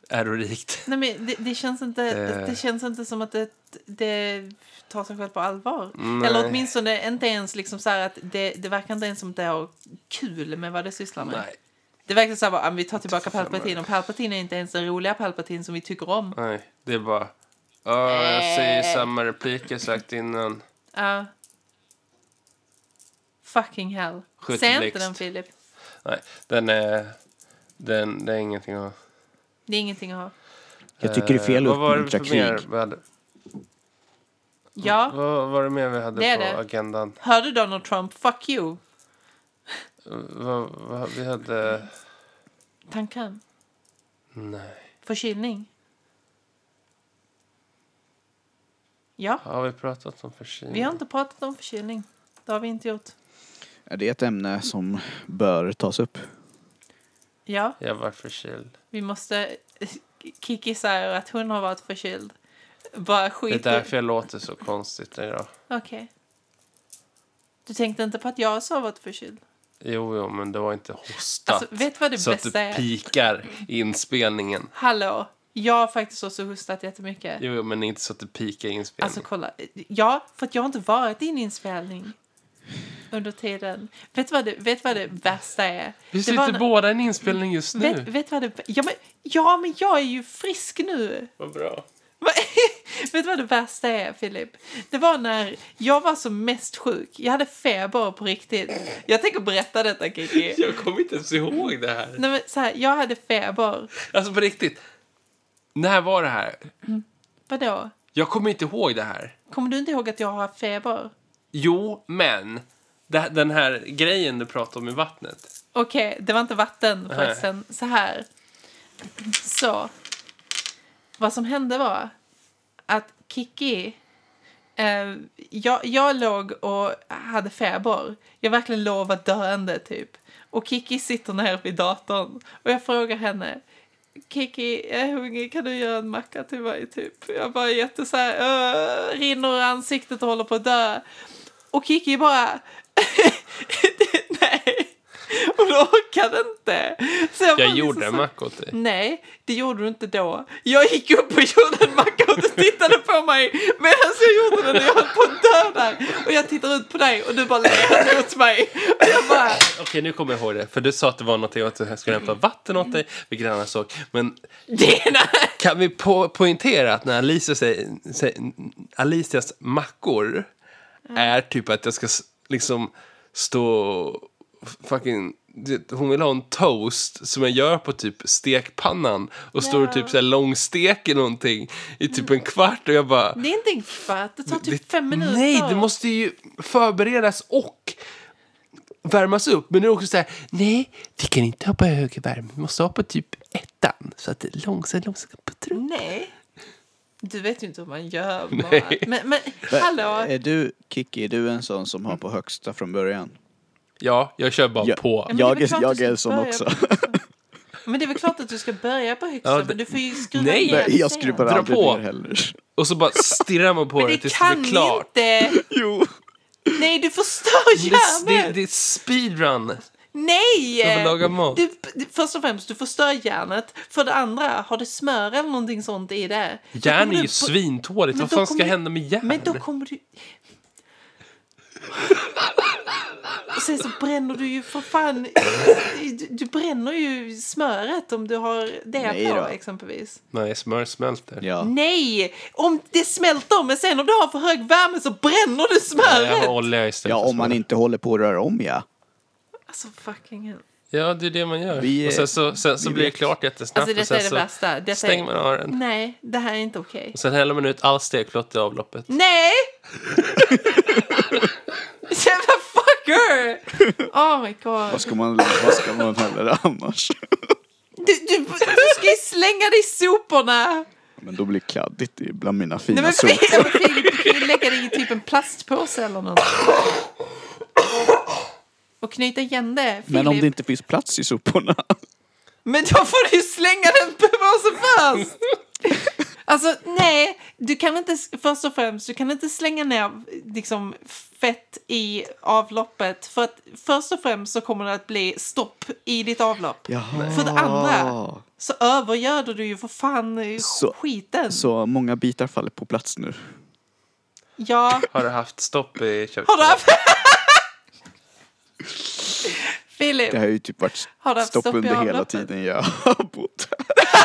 ärorikt.
Nej, men det, det, känns inte,
Det-
det... känns inte som att det, det tar sig själv på allvar.
Nej.
Eller åtminstone inte ens liksom så här att det, det verkar inte ens som att det har kul med vad det sysslar med.
Nej,
Det verkar så här bara, ah, men vi tar tillbaka
för fan
Palpatine och Palpatine är inte ens den roliga Palpatine som vi tycker om.
nej, det är bara... "Ja, jag säger
Eh.
samma replik jag sagt innan.
Ja. fucking hell.
Skjut
Se inte
blixt.
den Filip.
Nej, den är... Den, det är ingenting att...
Det är ingenting att ha.
Jag tycker det är fel
Eh,
att
vad var det
uppmuntra
för mer
krig.
vi hade?
Ja,
Vad var det mer vi hade
Det är
på
det.
agendan?
hörde Donald Trump, fuck you.
Eh, Vad, vad, vi hade...
Tanken.
Nej.
Förkylning. Ja.
Har vi pratat om förkylning?
Vi har inte pratat om förkylning. Det har vi inte gjort.
Ja, Det är ett ämne som bör tas upp.
Ja,
Jag var förkyld.
vi måste... Kiki säger att hon har varit förkyld. Bara
Det är
skit i- Okej.
därför jag låter så konstigt idag.
Du tänkte inte på att jag också har varit förkyld?
Jo, jo, men det var inte hostat.
Alltså, vet du vad det
så att
bästa
det
är?
pikar i inspelningen.
Hallå! Jag har faktiskt också hostat jättemycket.
Jo, jo, men inte så att det pikar i inspelningen.
Alltså kolla. Ja, för att jag har inte varit i en inspelning under tiden. Vet du vad det, vet du vad det värsta är?
vi
Det
sitter
var en-
båda i en inspelning just nu.
Vet, vet du vad det... Ja men, ja, men jag är ju frisk nu!
Vad bra.
Vad- Vet du vad det värsta är, Filip? Det var när jag var som mest sjuk. Jag hade feber på riktigt. Jag tänker berätta detta, Kiki.
Jag kommer inte ens ihåg det här.
Nej, men så här, jag hade feber.
Alltså på riktigt. När var det här?
Vadå?
Jag kommer inte ihåg det här.
Kommer du inte ihåg att jag har haft feber?
Jo, men. Det, den här grejen du pratade om i vattnet.
Okej, det var inte vatten
Nej.
förresten. Så här. Så. Vad som hände var att Kiki... Eh, jag, jag låg och hade feber. Jag verkligen låg och var döende, typ. Och Kiki sitter nere vid datorn. Och jag frågar henne. Kiki, jag är hungrig. Kan du göra en macka till mig? Typ. Jag bara är jätte så här, "Åh", rinner ur ansiktet och håller på att dö. Och Kiki bara... Nej. Hon orkade inte. Så
Jag
var
gjorde
liksom
en
så-
macka åt dig.
Nej, det gjorde du inte då. Jag gick upp och gjorde en macka och du tittade på mig medan jag gjorde den och jag höll på att dö där. Och jag tittar ut på dig och du bara ler mot mig. Och jag bara,
Okej, nu kommer jag ihåg det. För du sa att det var någonting att jag skulle hämta vatten åt dig, vilket är en annan sak. Men
det är nej.
kan vi po poängtera att när Alicia säger, säger, Alicias mackor är typ att jag ska s- liksom stå fucking... du vet, Hon vill ha en toast som jag gör på typ stekpannan och står
Ja.
typ så här långsteker någonting i typ en kvart och jag bara...
Det är inte en kvart, det tar typ
Det-
fem minuter.
Nej, det måste ju förberedas och värmas upp. Men nu är det också så här, nej, vi kan inte ha på hög värme. Vi måste ha på typ ettan. Så att det långsamt, långsamt puttrar upp.
Nej. Du vet ju inte hur man gör bara.
Nej.
Men, men hallå.
Är du, Kiki, är du en sån som har på högsta från början?
Ja, jag kör bara
Ja.
på.
men det är
jag
väl klart
är, jag
du
är
ska
en sån
börja
också.
på Men det är väl klart att du ska börja på högsta,
Ja, det-
men du får ju skruva
Nej.
ner
Nej, jag
sen.
skruvar
Dra
aldrig
på.
ner heller.
Och så bara stirrar man på
Men
det
det
tills det
kan
blir klart.
inte.
Jo.
Nej, du förstör
Det, är- det,
hjärnan.
det är speedrun.
Nej!
Du får laga mat.
Du, du- först och främst, du förstör järnet. För det andra, har du smör eller någonting sånt i det? då
Järn
kommer
är
du
ju
på-
svintåligt.
Men
Vad
då
fan ska
kommer-
hända med järn?
Men då kommer du... Och sen så bränner du ju för fan... Du, du bränner ju smöret om du har det
Nej
på
då.
exempelvis.
Nej, smör smälter.
Ja.
Nej! Om det smälter, men sen om du har för hög värme så bränner du
Nej, jag har
smöret!
olja istället
ja,
för
om man
smör.
inte håller på att röra om ja.
Alltså fucking hell.
Ja, det är det man gör.
Vi,
och sen så, sen så
vi
blir det
vet.
klart jättesnabbt.
Alltså
och
detta
sen
är det
så
värsta. Detta
stänger man
är...
av den.
Nej, det här är inte okej.
Och sen häller man ut all stekflott i avloppet.
Nej! Jävla fucker! Oh my god.
Vad ska man, vad ska man hälla det annars?
Du, du, du ska ju slänga dig i soporna!
Men då blir det kladdigt i- bland mina
Nej
fina
men
sopor.
Filip, Filip, du kan ju lägga dig i typ en plastpåse eller något. Och knyta igen det, Filip.
Men om det inte finns plats i soporna.
Men då får du ju slänga den påsen först! Alltså nej, du kan inte, först och främst, du kan inte slänga ner liksom fett i avloppet. För att först och främst så kommer det att bli stopp i ditt avlopp.
Jaha.
För det andra så övergöder du ju för fan eh,
Så-
skiten.
Så många bitar faller på plats nu.
Ja,
Har du haft stopp i köket?
har du haft... Filip,
Det har ju typ varit
Har du haft
stopp
stopp i
under hela
avloppet?
tiden jag har bott här.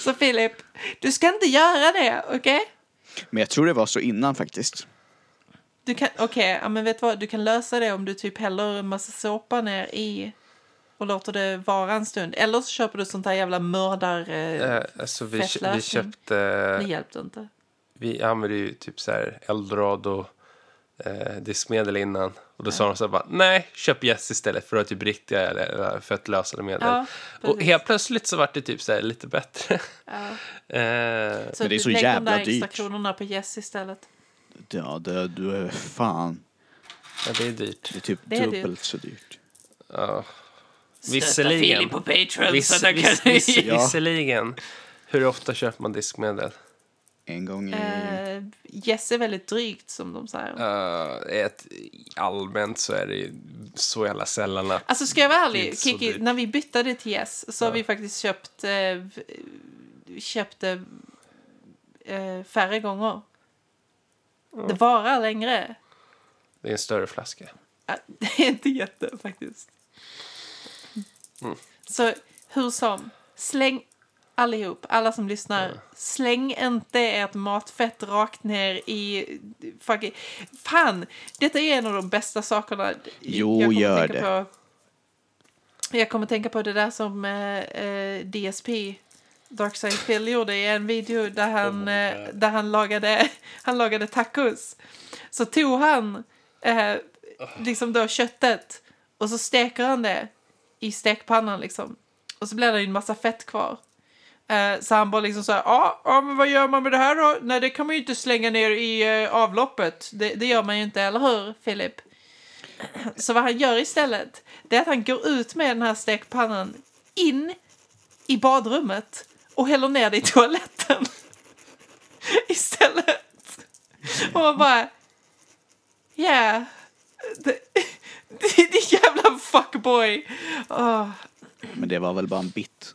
så Filip, du ska inte göra det, okej?
Men jag tror det var så innan faktiskt.
Du kan, okej, ja, men vet du vad? Du kan lösa det om du typ häller en massa såpa ner i och låter det vara en stund. Eller så köper du sånt här jävla mördar... Eh,
Eh, alltså vi,
Fett
kö- vi
lösning. det
köpte...
hjälpte inte.
Vi använde ju typ så här eldorado eh, diskmedel innan. Och då sa de så här bara, nej, köp gäss istället för att ha typ riktiga eller, eller fettlösande medel.
Ja,
och
precis.
helt plötsligt så vart det typ så här lite bättre.
Ja.
eh,
Så
Men det är
du
så
lägger de
jävla
där extra
dyrt.
kronorna på Yes istället.
Ja, det, du är fan.
ja, det är dyrt.
Det är typ
Det är dyrt.
dubbelt så dyrt.
Ja.
Stötta
Visserligen.
Filip på Patreon
Viss,
så att han kan...
viss, viss,
Ja.
Visserligen. Hur ofta köper man diskmedel?
En gång i...
Eh, yes är väldigt drygt som de säger.
Eh, ett, allmänt så är det ju så jävla sällan att...
Alltså ska jag vara
Det är
ärlig,
inte så
Kiki,
dyrt.
när vi bytte det till Yes så har vi faktiskt köpt, eh, v- köpte eh, färre gånger. Det varar längre.
Det är en större flaska.
Ja, Det är inte jätte faktiskt. Så hur som, släng allihop, alla som lyssnar, släng inte ert matfett rakt ner i... Fucking, fan, detta är en av de bästa sakerna
Jo,
kommer
gör
tänka
det.
På, jag kommer tänka på det där som eh, eh, DSP, Darkside Phil, gjorde i en video där
Oh
han, eh, där han, lagade, han lagade tacos. Så tog han eh, liksom då köttet och så steker han det i stekpannan liksom. Och så blir det ju en massa fett kvar. Eh, så han bara liksom så här, ja, ja, men vad gör man med det här då? Nej, det kan man ju inte slänga ner i eh, avloppet. Det, det gör man ju inte, eller hur, Filip? Så vad han gör istället, det är att han går ut med den här stekpannan in i badrummet och häller ner det i toaletten istället. Och man bara, ja, yeah. det, det, det jävla fuckboy. Åh,
Men det var väl bara en bit.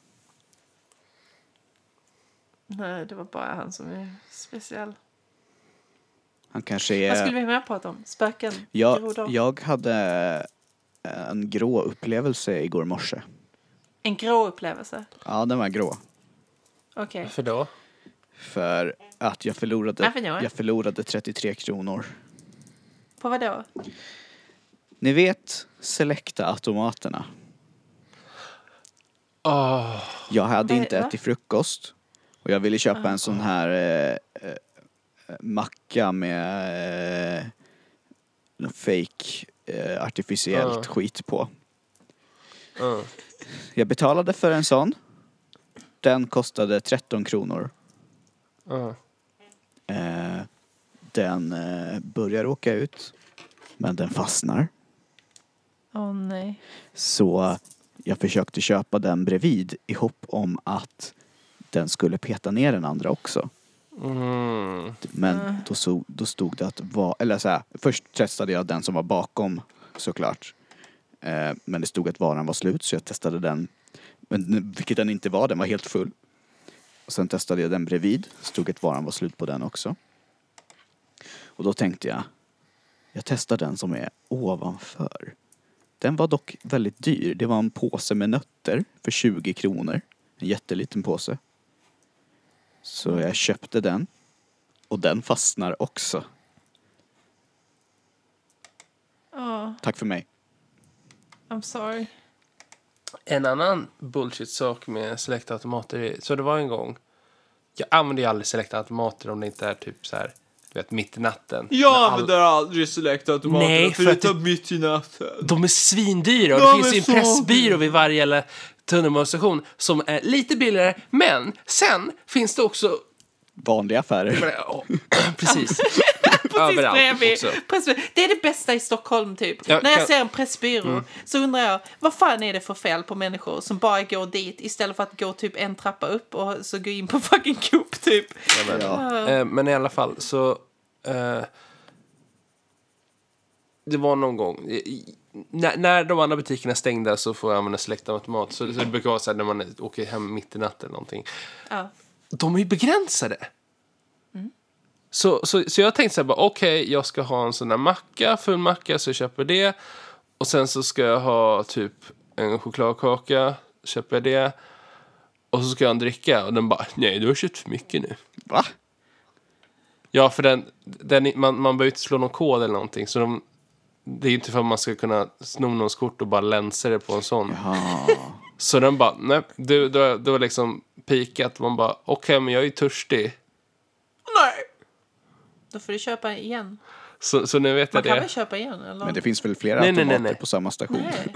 nej, det var bara han som är speciell.
Han kanske
Vad skulle
är...
vi mer prata om? Spöken?
Jag,
grodor?
jag hade eh, en grå upplevelse igår morse.
En grå upplevelse?
Ja, den var grå.
Okej.
Varför då?
För att jag förlorade,
Varför då?
jag förlorade 33 kronor.
På vad då?
Ni vet Selecta-automaterna.
Åh,
Jag hade
Nej,
inte
va?
ätit frukost och jag ville köpa en sån här eh, eh, macka med eh, någon fake eh, artificiellt
Ah.
skit på.
ja.
Jag betalade för en sån. Den kostade 13 kronor.
ja.
Eh, den eh, börjar åka ut men den fastnar.
Åh nej.
Så jag försökte köpa den bredvid i hopp om att den skulle peta ner den andra också.
Mm.
Men då, så, då stod det att va, eller så här, först testade jag den som var bakom såklart. Eh, men det stod att varan var slut så jag testade den, men, vilket den inte var, den var helt full. Och sen testade jag den bredvid, stod att varan var slut på den också. Och då tänkte jag, jag testar den som är ovanför. Den var dock väldigt dyr, det var en påse med nötter för 20 kronor. En jätteliten påse. Så jag köpte den och den fastnar också.
Åh,
Tack för mig.
I'm sorry.
En annan bullshit-sak med selektautomater är, så det var en gång, jag använder ju aldrig selektautomater om det inte är typ så här, du vet, mitt i natten. När all-
Jag använder aldrig Select-automaterna
Nej, för att
förutom mitt i natten.
De är svindyra och det
De
finns
är
ju en
så
pressbyrå vid varje jävla tunnelbanestation som är lite billigare, men sen finns det också...
Vanliga affärer.
Ja, Precis.
Precis bredvid.
också.
Pressby- Det är det bästa i Stockholm typ.
Jag
När jag
kan-
ser en pressbyrå så undrar jag vad fan är det för fel på människor som bara går dit istället för att gå typ en trappa upp och så gå in på fucking Coop typ.
Ja.
Eh, men i alla fall så... Eh, det var någon gång. i- i- När, när de andra butikerna stängde så får jag använda selektautomat. Så, så det brukar vara så här när man åker hem mitt i natten eller någonting.
Ja.
de är ju begränsade. Så, så, så jag tänkte så här, bara, okej, jag ska ha en sån där macka, full macka, så jag köper det. Och sen så ska jag ha typ en chokladkaka, köper jag det. Och så ska jag ha en dricka och den bara, nej, du har köpt för mycket nu.
Va?
Ja, för den, den man, man behöver inte slå någon kod eller någonting, så de, det är ju inte för att man ska kunna sno någons kort och bara länsa det på en sån.
Ja.
Så den bara, nej, du, du, har- du har liksom pikat. Man bara, okej, men jag är ju törstig.
Nej. Då får du köpa igen.
Så, så nu vet
Man
jag
kan
det.
väl köpa igen eller?
Men det finns väl flera
Nej, nej,
automater
nej, nej.
på samma station?
Nej.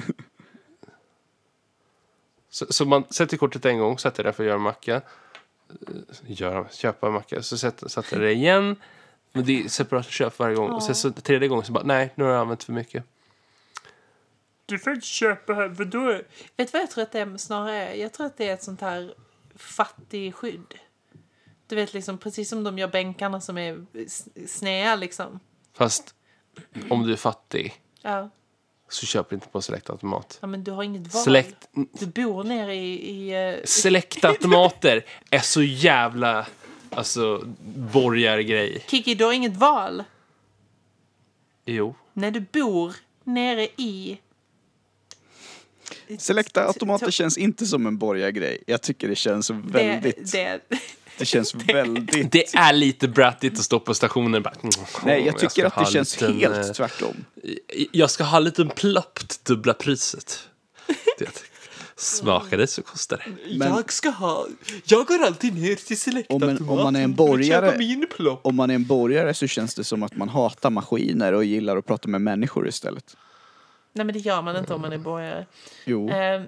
Så, så man sätter kortet en gång, sätter det för att göra en macka. Eh, Göra, köpa en macka. Så sätter, sätter det igen. Men det är separata köp varje gång. Och sen så tredje gången så bara, nej, nu har jag använt för mycket. Du får inte köpa här, för då är...
Vet du vad jag tror att det är snarare? är? Jag tror att det är ett sånt här fattigskydd. Du vet liksom precis som de gör bänkarna som är s- sneda liksom.
Fast om du är fattig
Ja,
så köper du inte på en selektautomat.
ja men du har inget val.
Select,
Du bor nere i... i eh,
selektautomater är så jävla, alltså, borgargrej.
Kiki, du har inget val.
Jo.
När du bor nere i...
Selekta automater känns inte som en borgargrej. Jag tycker det känns väldigt... Det,
Det, det,
känns väldigt...
Det är lite brattigt att stå på stationen och bara... "Mm,
Nej, jag
ska
tycker att
ha
det känns
en liten,
helt
eh,
tvärtom.
Jag ska ha en liten plopp till dubbla priset. Det. Smakar det så kostar det.
Men-
Jag ska ha... Jag går alltid ner till
Om
Selectautomaten
en- om man är en
för att köpa
borgare-
min plopp.
Om man är en borgare så känns det som att man hatar maskiner och gillar att prata med människor istället.
nej, men det gör man inte om man är borgare.
Jo.
Eh,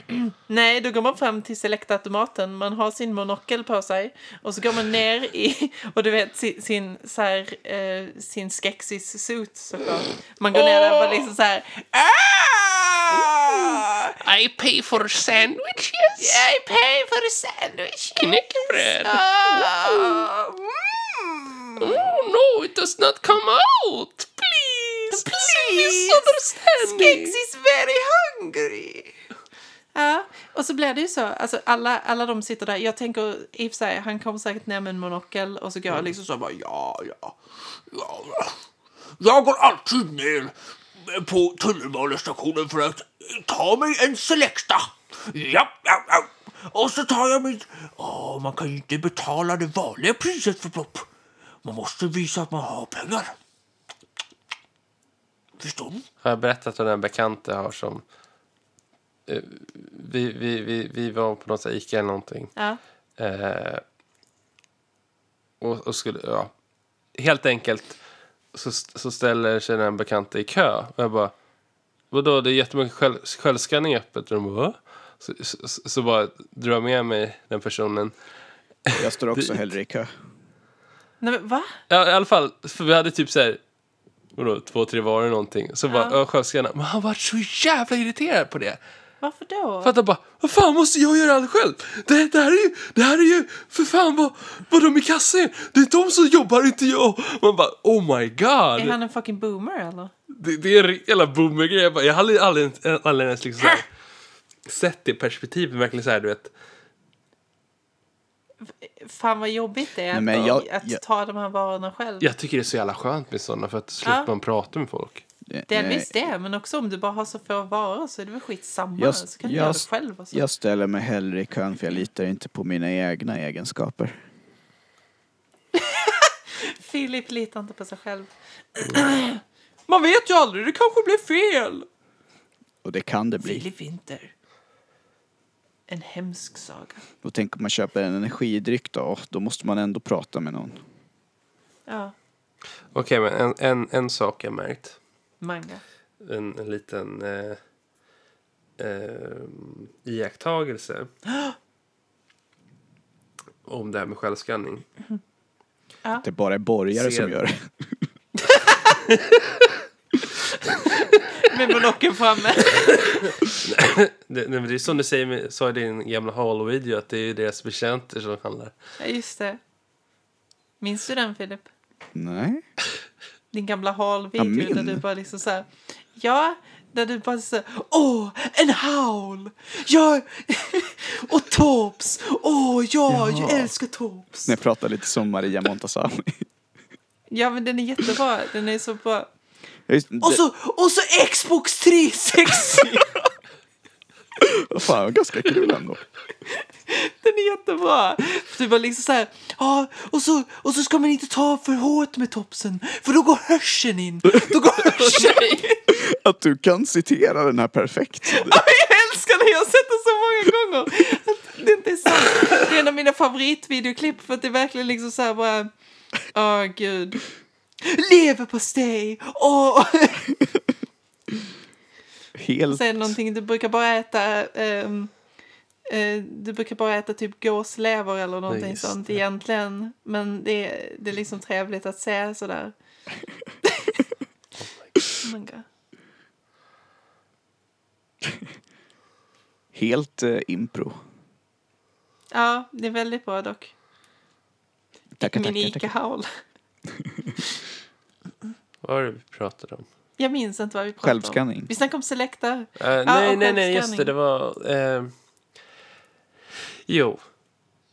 nej, då går man fram till selektautomaten. Man har sin monokel på sig. Och så går man ner i, och du vet, sin, sin, så här, eh, sin skexis suit såklart. Man går ner där och liksom så här... "Ah!
I pay for sandwiches.
I pay for the sandwich!
Knäckebröd.
Ah, mm.
Oh no, it does not come out. Please.
Please. Skex is very hungry. Ja, och så blir det ju så. Alltså alla, alla de sitter där. Jag tänker i och för sig, han kommer säkert ner med en monokel och så går jag liksom så bara ja, ja.
Ja, ja. Jag går alltid ner på tunnelbanestationen för att ta mig en Selecta. Ja, ja, ja. Och så tar jag mitt... Åh, man kan ju inte betala det vanliga priset för plopp. Man måste visa att man har pengar. Förstår ni?
Har jag berättat vad den bekante har som... eh, Vi, vi, vi, vi var på något så här Ica eller någonting.
Ja,
Eh, och, och skulle, ja. Helt enkelt så, så ställer sig den bekanta i kö. Och jag bara, vadå det är jättemycket själv, självskanning öppet? Och de bara, "Va?" så, så, så- så bara drar jag med mig den personen.
Jag står också hellre i kö. Eh,
Nej, men va?
Ja, i alla fall, för vi hade typ så här, vadå, två, tre varor eller någonting. Så bara, ja. självskanna. Men han var så jävla irriterad på det.
Varför då?
För att han bara, vad fan måste jag göra allt själv? Det, det här är ju, det här är ju, för fan vad, vad de i kassan gör. Det är de som jobbar, inte jag. Man bara, oh my
är
god.
han en fucking boomer eller?
Det, det är en riktig jävla boomergrej. Jag, bara, jag hade aldrig, aldrig ens liksom så här, sett det perspektivet, verkligen så här, du vet.
Fan vad jobbigt det är
Nej, men
att,
jag-
att
jag-
ta de här varorna själv.
Jag tycker det är så jävla skönt med sådana för att slipper
Ja.
man prata med folk.
Delvis det, men också om du bara har så få varor så är det väl skitsamma.
Jag,
så kan du göra
jag,
det själv. Och så.
jag ställer mig hellre i kön för jag litar inte på mina egna egenskaper.
Filip litar inte på sig själv. Man vet ju aldrig, det kanske blir fel.
Och det kan det bli.
Filip Winter. En hemsk saga.
Och tänk om man köper en energidryck då, åh, då måste man ändå prata med någon.
Ja,
Okej, men en, en, en sak jag märkt.
manga.
en, en liten eh, eh, iakttagelse om det här med självskanning.
Det är bara är borgare
Ser-
som gör det.
Med monokeln framme.
Det, nej, men det är som du säger, med- sa i din gamla Halo-video att det är ju deras betjänter som handlar.
Ja, just det. Minns du den, Filip?
Nej.
Din gamla
Ja,
hal-video
min.
där du bara liksom så här... Ja, där du bara så här, Åh, en haul! Ja, och tops! Åh, ja, jag älskar tops!
När jag pratar lite som Maria Montazami.
Ja, men den är jättebra. Den är så bra.
Just,
Och så, och så Xbox 360!
det, fan, ganska kul ändå.
Den är jättebra. För Du var liksom så här, ja, och så, och så ska man inte ta för hårt med topsen, för då går hörseln in. Då går hörseln in.
Att du kan citera den här perfekt.
Ja, Jag älskar det, jag har sett det så många gånger. Att Det inte är sant. Det är en av mina favoritvideoklipp, för att det är verkligen liksom så här bara, åh gud. Leverpastej! Åh!
Helt...
Sen någonting, du brukar bara äta... ehm, eh, du brukar bara äta typ gåslever eller någonting
just
sånt egentligen. Men det, är- det är liksom trevligt att säga sådär. oh my god.
Helt eh, impro.
Ja, det är väldigt bra dock.
Tackar,
Min
tackar, tackar.
Ica-haul.
Vad var det vi pratade om?
Jag minns inte vad vi pratade
Självskanning.
om. Vi snackade om Selecta.
Eh, nej,
och
nej, nej, just det.
självskanning.
Det var... Eh, jo.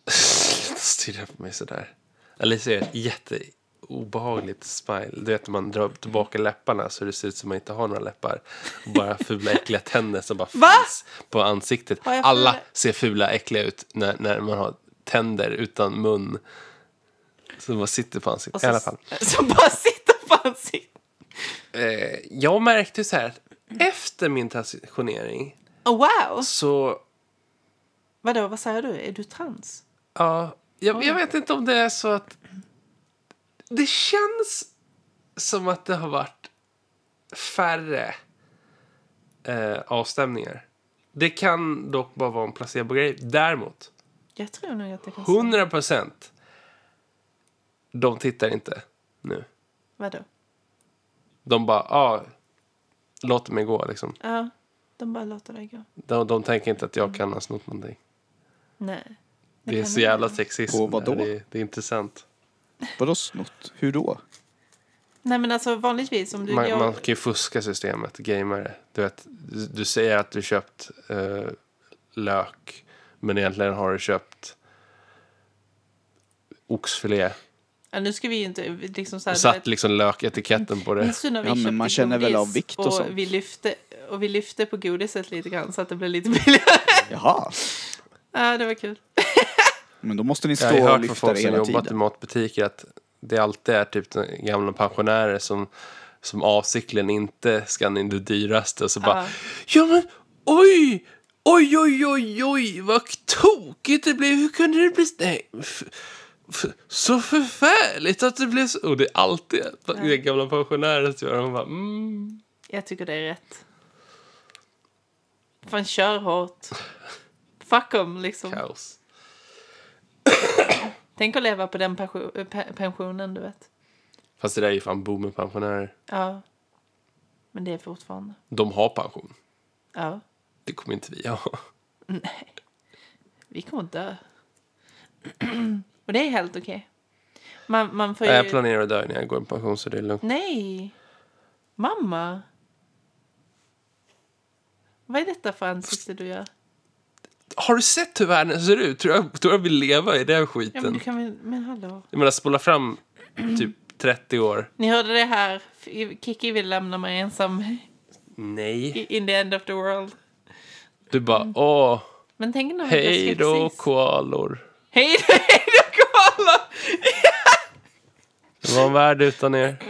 Sluta stirra på mig sådär. Alicia är ett jätte obehagligt smile. Du vet när man drar tillbaka läpparna så det ser ut som att man inte har några läppar. Och bara fula äckliga tänder som bara
Va?
finns på ansiktet.
Har jag fula-
Alla ser fula äckliga ut när, när man har tänder utan mun. Som bara sitter på ansiktet.
Och så,
I alla fall.
Som bara sitter på ansiktet.
Eh, jag märkte ju så här att efter min transitionering
Oh, wow!
så
Vadå, vad säger du? Är du trans?
Ja, jag, jag vet inte om det är så att... Det känns som att det har varit färre eh, avstämningar. Det kan dock bara vara en placebo-grej. Däremot,
Jag tror nog att jag kan säga.
100 procent, de tittar inte nu.
Vadå?
De bara, ja, ah, låt mig gå liksom.
Ja, de bara låter dig gå.
De, de tänker inte att jag kan ha snott någonting.
Nej.
Det är
kan
så
de
jävla
inte.
sexism.
På vadå?
där. Det, är- det är intressant.
Vadå snott? Hur då?
Nej, men alltså vanligtvis om du...
Man,
jag,
man kan ju fuska systemet, gamare. Du, vet, du du säger att du köpt eh, lök, men egentligen har du köpt oxfilé.
ja, nu ska vi ju inte liksom så här...
Och
du
satt
vet-
liksom löketiketten på det.
Minns du när vi
Ja, men
köpte
man känner väl
godis
av vikt och sånt.
vi lyfte, och vi lyfte på godiset lite grann så att det blev lite billigare.
Jaha.
ja, det var kul.
Men då måste ni
Jag
stå
har ju
och
hört från
lyfta
folk
det
som
hela
jobbat i
tiden.
matbutiker att det alltid är typ de gamla pensionärer som, som avsiktligen inte skannar in det dyraste. Och så bara,
Ja.
ja men oj! Oj, oj, oj, oj, vad tokigt det blev. Hur kunde det bli... Nej, f- f- så förfärligt att det blev så... Och det är alltid det gamla pensionärer som gör det. Man bara, mm.
Jag tycker det är rätt. Fan, kör hårt. Fuck em, liksom.
Kaos.
Tänk att leva på den pensio- eh, pe- pensionen, du vet.
Fast det där är ju fan boomer pensionärer.
Ja. Men det är fortfarande.
De har pension.
Ja.
Det kommer inte vi ha.
Vi kommer dö. och det är helt okej. Man, man får ju...
Nej, Jag planerar att dö när jag går i pension så det är lugnt.
Nej! Mamma! Vad är detta för ansikte du gör?
Har du sett hur världen ser ut? Tror jag, tror jag vill leva i den
Ja, men,
skiten?
du kan väl, men hallå.
Jag menar, spola fram typ 30 år.
Ni hörde det här. Kiki vill lämna mig ensam
Nej.
i- in the end of the world.
Du bara, åh,
Men tänk när man blir
hej då
skepsis.
koalor.
Hej då, hej då, koala!
Det var en värld utan er.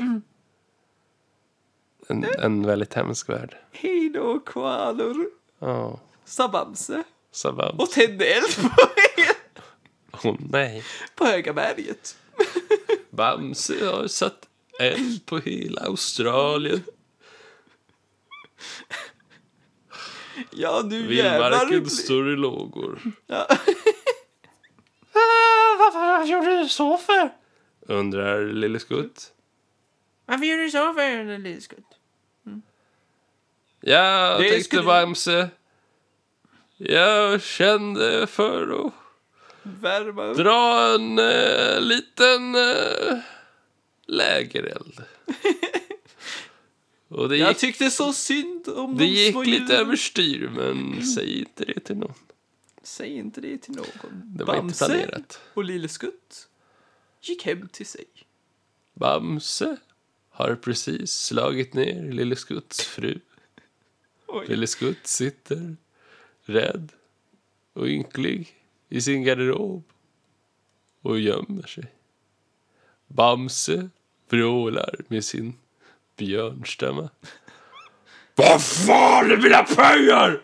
En, en väldigt hemsk värld.
Hej då, koalor.
Ja,
Sa Bamse.
så bara,
Och tände eld på,
åh nej.
på Höga berget.
Bamse har satt eld på hela Australien.
Ja, nu
Vildmarken står i lågor.
Ja.
Varför gjorde du så för? Undrar Lille Skutt.
Varför gjorde du så för den lille skutt?
Ja,
Det
tänkte
skulle-
Bamse. Jag kände för att
Värma upp.
dra en eh, liten eh, lägereld. Och det gick,
tyckte så synd om
det
de små
gick lite
djuren.
överstyr, men säg inte det till någon.
Säg inte det till någon.
Det var inte planerat.
och Lille Skutt gick hem till sig.
Bamse har precis slagit ner Lille Skutts fru.
Oj.
Lille Skutt sitter rädd och ynklig i sin garderob och gömmer sig. Bamse vrålar med sin björnstämma. Vad fan är mina pengar?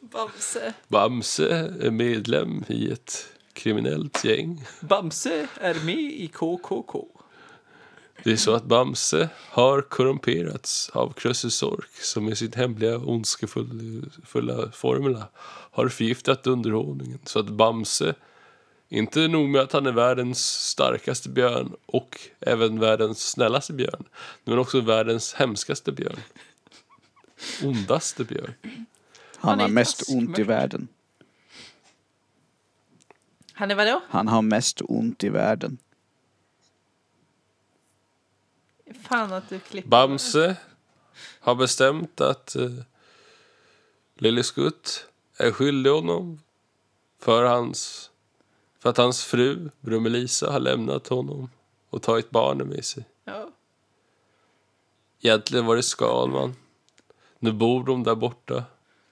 Bamse.
Bamse är medlem i ett kriminellt gäng.
Bamse är med i KKK.
Det är så att Bamse har korrumperats av Krösus Sork som i sin hemliga ondskefulla formula har förgiftat underhållningen. Så att Bamse, inte nog med att han är världens starkaste björn och även världens snällaste björn, men också världens hemskaste björn. Ondaste björn.
Han
är
har mest
taskig,
ont i
men-
världen.
Han är vadå?
Han har mest ont i världen.
Fan att du klipper.
Bamse har bestämt att uh, Lille Skutt är skyldig honom för, hans, för att hans fru Brummelisa har lämnat honom och ta ett barn med sig.
Ja.
Egentligen var det Skalman. Nu bor de där borta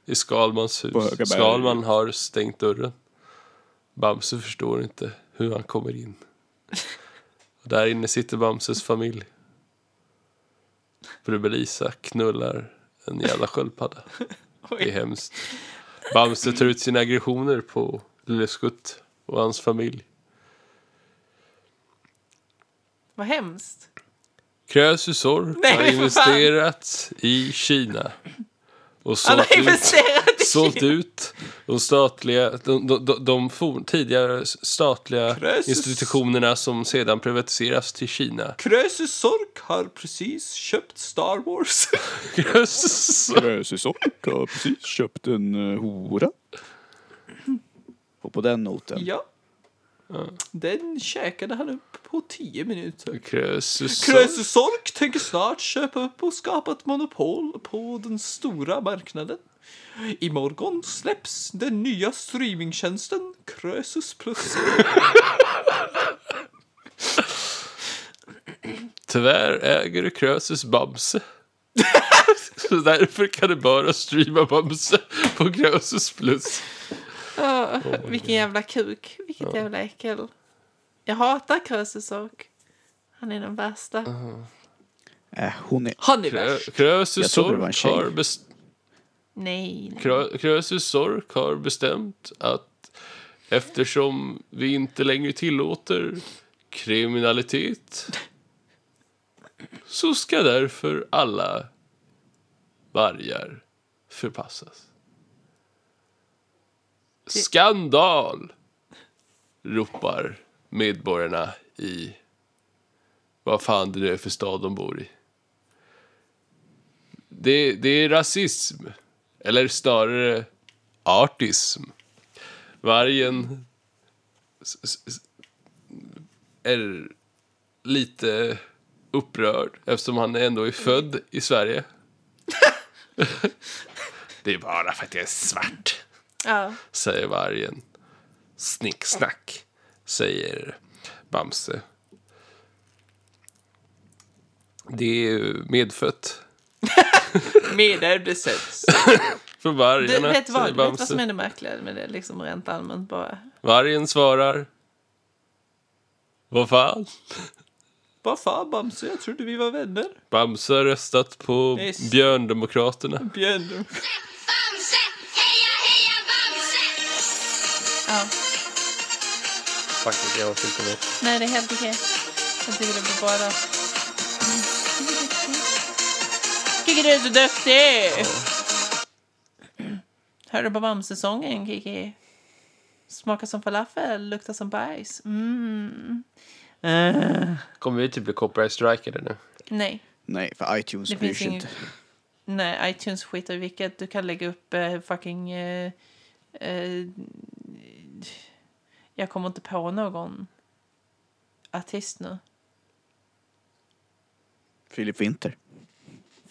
i Skalmans
På
hus.
Högaberg.
Skalman har stängt dörren. Bamse förstår inte hur han kommer in. Och där inne sitter Bamses familj. Brubelisa knullar en jävla sköldpadda. Det är hemskt. Bamse tar ut sina aggressioner på Lille Skutt och hans familj.
Vad hemskt.
Krösusor
Nej,
har
för fan.
investerat i Kina. Och
Han
sålt
har
ut
investerat i
sålt
Kina.
ut de statliga, de, de, de, de for, tidigare statliga
Krösus.
institutionerna som sedan privatiseras till Kina.
Krösus Sork har precis köpt Star Wars.
Krösus.
Rösesork har precis köpt en
eh,
uh, hora. Och på den noten.
ja. Den käkade han upp på 10 minuter.
Krösus.
Krösus Sork tänker snart köpa upp och skapa ett monopol på den stora marknaden. Imorgon släpps den nya streamingtjänsten Krösus Plus.
Tyvärr äger Krösus Bamse. Så därför kan du bara streama Bamse på Krösus Plus.
Ja, vilken jävla kuk. Vilket jävla äckel. Jag hatar Krösusok. Han är den värsta.
Uh-huh.
Äh, hon är...
Han är
Krö,
värst.
Krösus
Jag trodde det var en
Sork
tjej.
har best,
Nej, nej.
Krö- Krösus Sork har bestämt att eftersom vi inte längre tillåter kriminalitet så ska därför alla vargar förpassas. Skandal! ropar medborgarna i vad fan det nu är för stad de bor i. Det, det är rasism. Eller snarare artism. Vargen s- s- s- är lite upprörd eftersom han ändå är född i Sverige. det är bara för att jag är svart,
Ja.
säger vargen. Snicksnack, säger Bamse. Det är medfött.
Medärvd essens.
För
Du,
vargarna,
vet, vad,
säger
vet vad
Bamse.
som är det märkliga med det? Liksom rent allmänt bara.
Vargen svarar. Vad fan?
Vad fan Bamse, jag trodde vi var vänner.
Bamse har röstat på
Yes.
Björndemokraterna.
Björn.
Bamse! Heja, heja Bamse!
Ja.
Faktiskt, jag har fyllt med.
Nej, det är helt okej. Jag tycker det blir bra där. Kiki, du är så duktig! Hör du på Bamsesången, Kiki? Smakar som falafel, luktar som bajs. Mm. Äh.
Kommer vi typ bli copyright-strikade nu?
Nej,
Nej, för iTunes
Det
bryr
finns
sig
ingen-
inte.
nej, iTunes skiter i vilket. Du kan lägga upp eh, fucking... eh, eh, jag kommer inte på någon artist nu.
Filip Winter.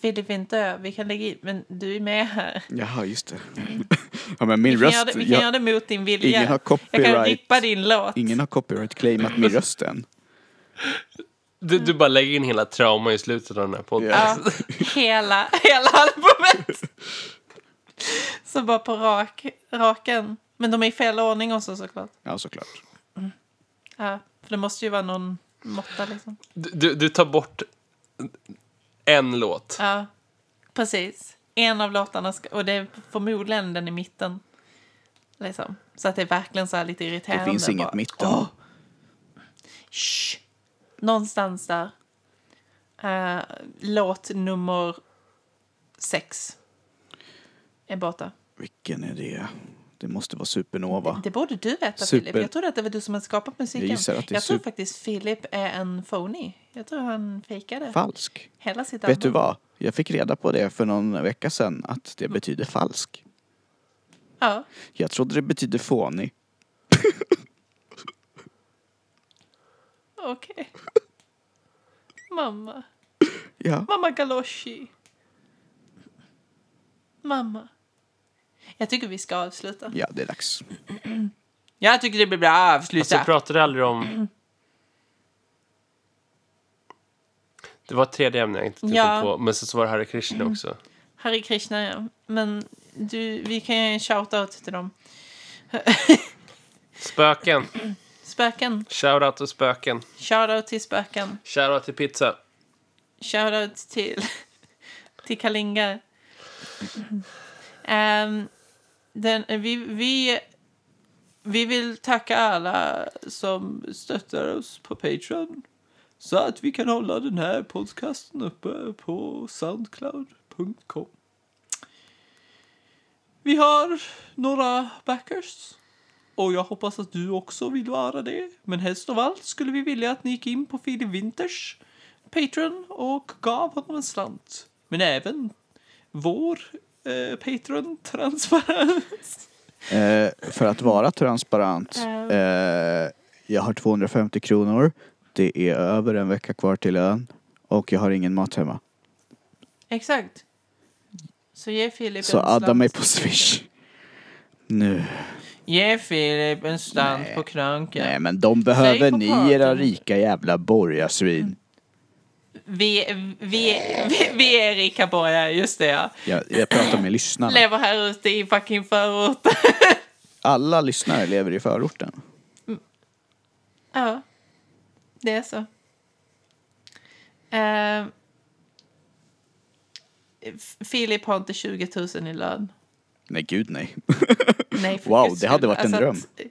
Filip Winther, vi kan lägga in, men du är med här.
Jaha, just det. ja, men
Vi
min
kan,
röst...
göra det, vi kan
jag,
göra det mot din vilja.
ingen har
jag kan
copyright.
rippa din låt.
Ingen har copyright-claimat min röst än.
Du, du bara lägger in hela trauma i slutet av den här podden.
Mm. Ja, hela, hela albumet. Så bara på rak, raken. Men de är i fel ordning också såklart.
Ja, såklart.
Ja, för det måste ju vara någon måtta liksom.
Du, du, du tar bort en låt.
Ja, precis. En av låtarna, ska, och det är förmodligen den i mitten. Liksom. Så att det är verkligen så här lite
Det
irriterande.
finns inget
bara.
mitten.
Shh. Någonstans där. Eh, låt nummer sex är borta.
Vilken är det? Det måste vara Supernova.
Det borde du veta,
Super.
Filip. Jag trodde att det var du som hade skapat musiken.
Jag gissar att det är
jag tror
sup-
faktiskt Filip är en phony. Jag tror han fejkade
Falsk.
hela sitt
Vet du
album.
vad? Jag fick reda på det för någon vecka sedan att det betyder falsk.
Ja.
Jag trodde det betydde fånig.
Okej. Mamma.
Ja.
Mamma Galoshi. Mamma. Jag tycker vi ska avsluta.
Ja, det är dags.
Alltså,
Jag tycker det blir bra avsluta.
Alltså, pratar du aldrig om Det var ett tredje ämne jag inte tittade
Ja.
på, men sen så var det Hare Krishna också.
Hare Krishna, ja. Men du, vi kan ge en shout-out till dem.
Spöken.
Spöken.
Shoutout till spöken.
Shout-out till spöken.
Shoutout till pizza.
Shoutout till, till Kalinga. Ehm, den, vi, vi, vi vill tacka alla som stöttar oss på Patreon så att vi kan hålla den här podcasten uppe på soundcloud.com. Vi har några backers och jag hoppas att du också vill vara det. Men helst av allt skulle vi vilja att ni gick in på Filip Winters Patreon och gav honom en slant. Men även vår eh, Patreon transparens.
Eh, för att vara transparent.
Ehm.
Eh, jag har 250 kronor. Det är över en vecka kvar till ön. Och jag har ingen mat hemma.
Exakt. Så ge Filip
Så
en
adda
slant.
mig på Swish. Nu.
Ge Filip en slant på krönken.
Nej men de behöver
på
ni
praten.
era rika jävla borgarsvin.
Vi, vi, vi, vi är rika borgare, just det ja.
Jag, jag pratar med lyssnarna.
Lever här ute i fucking förort.
Alla lyssnare lever i förorten.
ja, det är så. Eh, F- Filip har inte 20 000 i lön.
Nej gud nej.
Nej, för
Wow,
guds
det hade
skull. Alltså
varit en dröm.
att-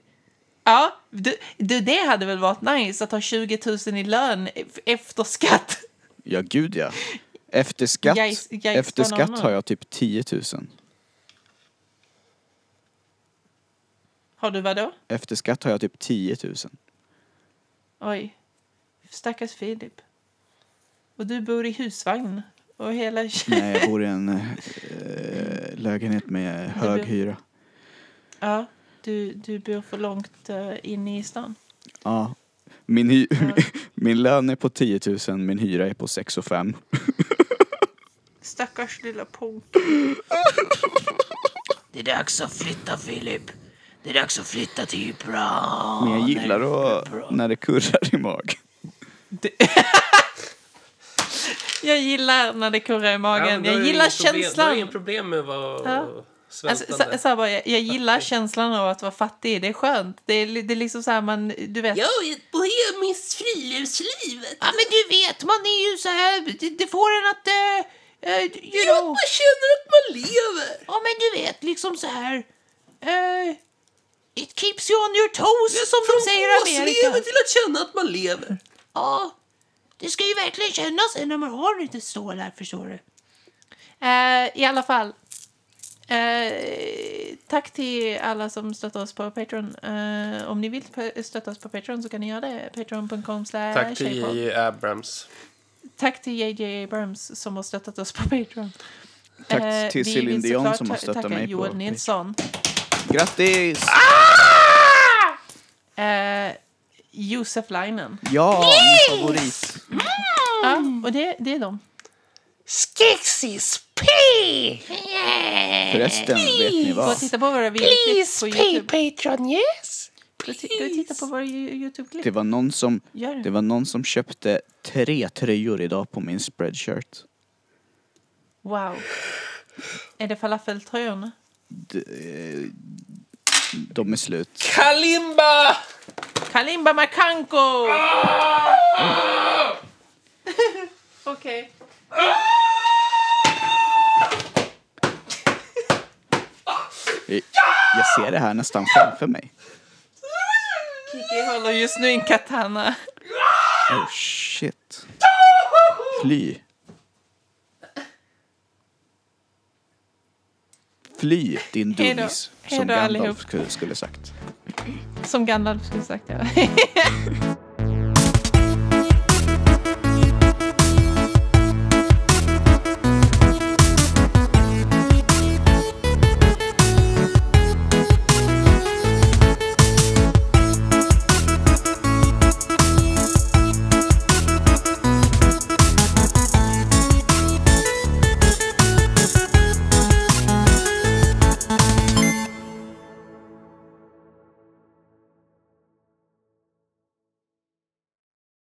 ja, du, du, det hade väl varit nice att ha 20 000 i lön e- efter skatt.
Ja gud ja. Efter skatt,
Jajs- jajs-
efter skatt
banana.
har jag typ 10 000.
Har du vad då?
Efter skatt har jag typ 10 000.
Oj. Stackars Filip. Och du bor i husvagn. Och hela...
Nej jag bor i en eh, lägenhet med hög
blir-
hyra.
Ja, du, du bor för långt eh, inne i stan.
Ja. Min, hy- min lön är på 10 000, min hyra är på 6 och 5.
Stackars lilla punk.
Det är dags att flytta Filip. Det är dags att flytta till Ibra.
Men jag gillar att, när det kurrar i magen.
Jag gillar när det kurrar i magen. jag gillar
Du har
känslan.
inga problem med att vara
Ja. Alltså,
svältande.
så, så här bara, jag, jag gillar känslan av att vara fattig. Det är skönt. Det är, li- det är liksom så här man, du vet.
Och jag minns friluftslivet.
Ja, men du vet, man är ju så här... Det, det får en att... Uh, you know...
Man känner att man lever.
Ja, men du vet, liksom så här... eh, it keeps you on your toes, som de säger i
Åslever
Amerika.
till att känna att man lever.
Ja, det ska ju verkligen kännas när man har lite stålar, förstår du. Eh, I alla fall. Eh, tack till alla som stöttar oss på Patreon. Eh, om ni vill pe- stötta oss på Patreon så kan ni göra det. Patreon.com slash
Tack till
tjejpodd.
JJ Abrams.
Tack till JJ Abrams som har stöttat oss på Patreon.
Tack
Eh,
till
vi
Céline
vill
Dion
såklart
som har
ta-
stöttat
tacka
mig på
Joel
Patreon.
Nilsson.
Grattis!
Eh, Josef Leinen.
Ja, min favorit.
Ja, och det, det är de.
Skexis P!
Förresten, vet ni
Gå
vad?
och titta på våra videoklipp på
Please pay
Youtube.
Patreon, yes?
Gå och ti- gå och titta på våra Yo-
Det
Youtube-klipp.
var någon som,
Gör
det
det.
var någon som köpte tre tröjor idag på min spreadshirt.
Wow. Är det falafeltröjorna?
De, eh, de är slut.
Kalimba!
Kalimba Makanko! Okej.
Jag, jag ser det här nästan framför mig.
Kiki håller just nu en katana.
Oh shit. Fly. Fly din
Hej då.
dummis,
Hej
som
då,
Gandalf
allihop.
skulle- skulle sagt.
Som Gandalf skulle sagt, ja.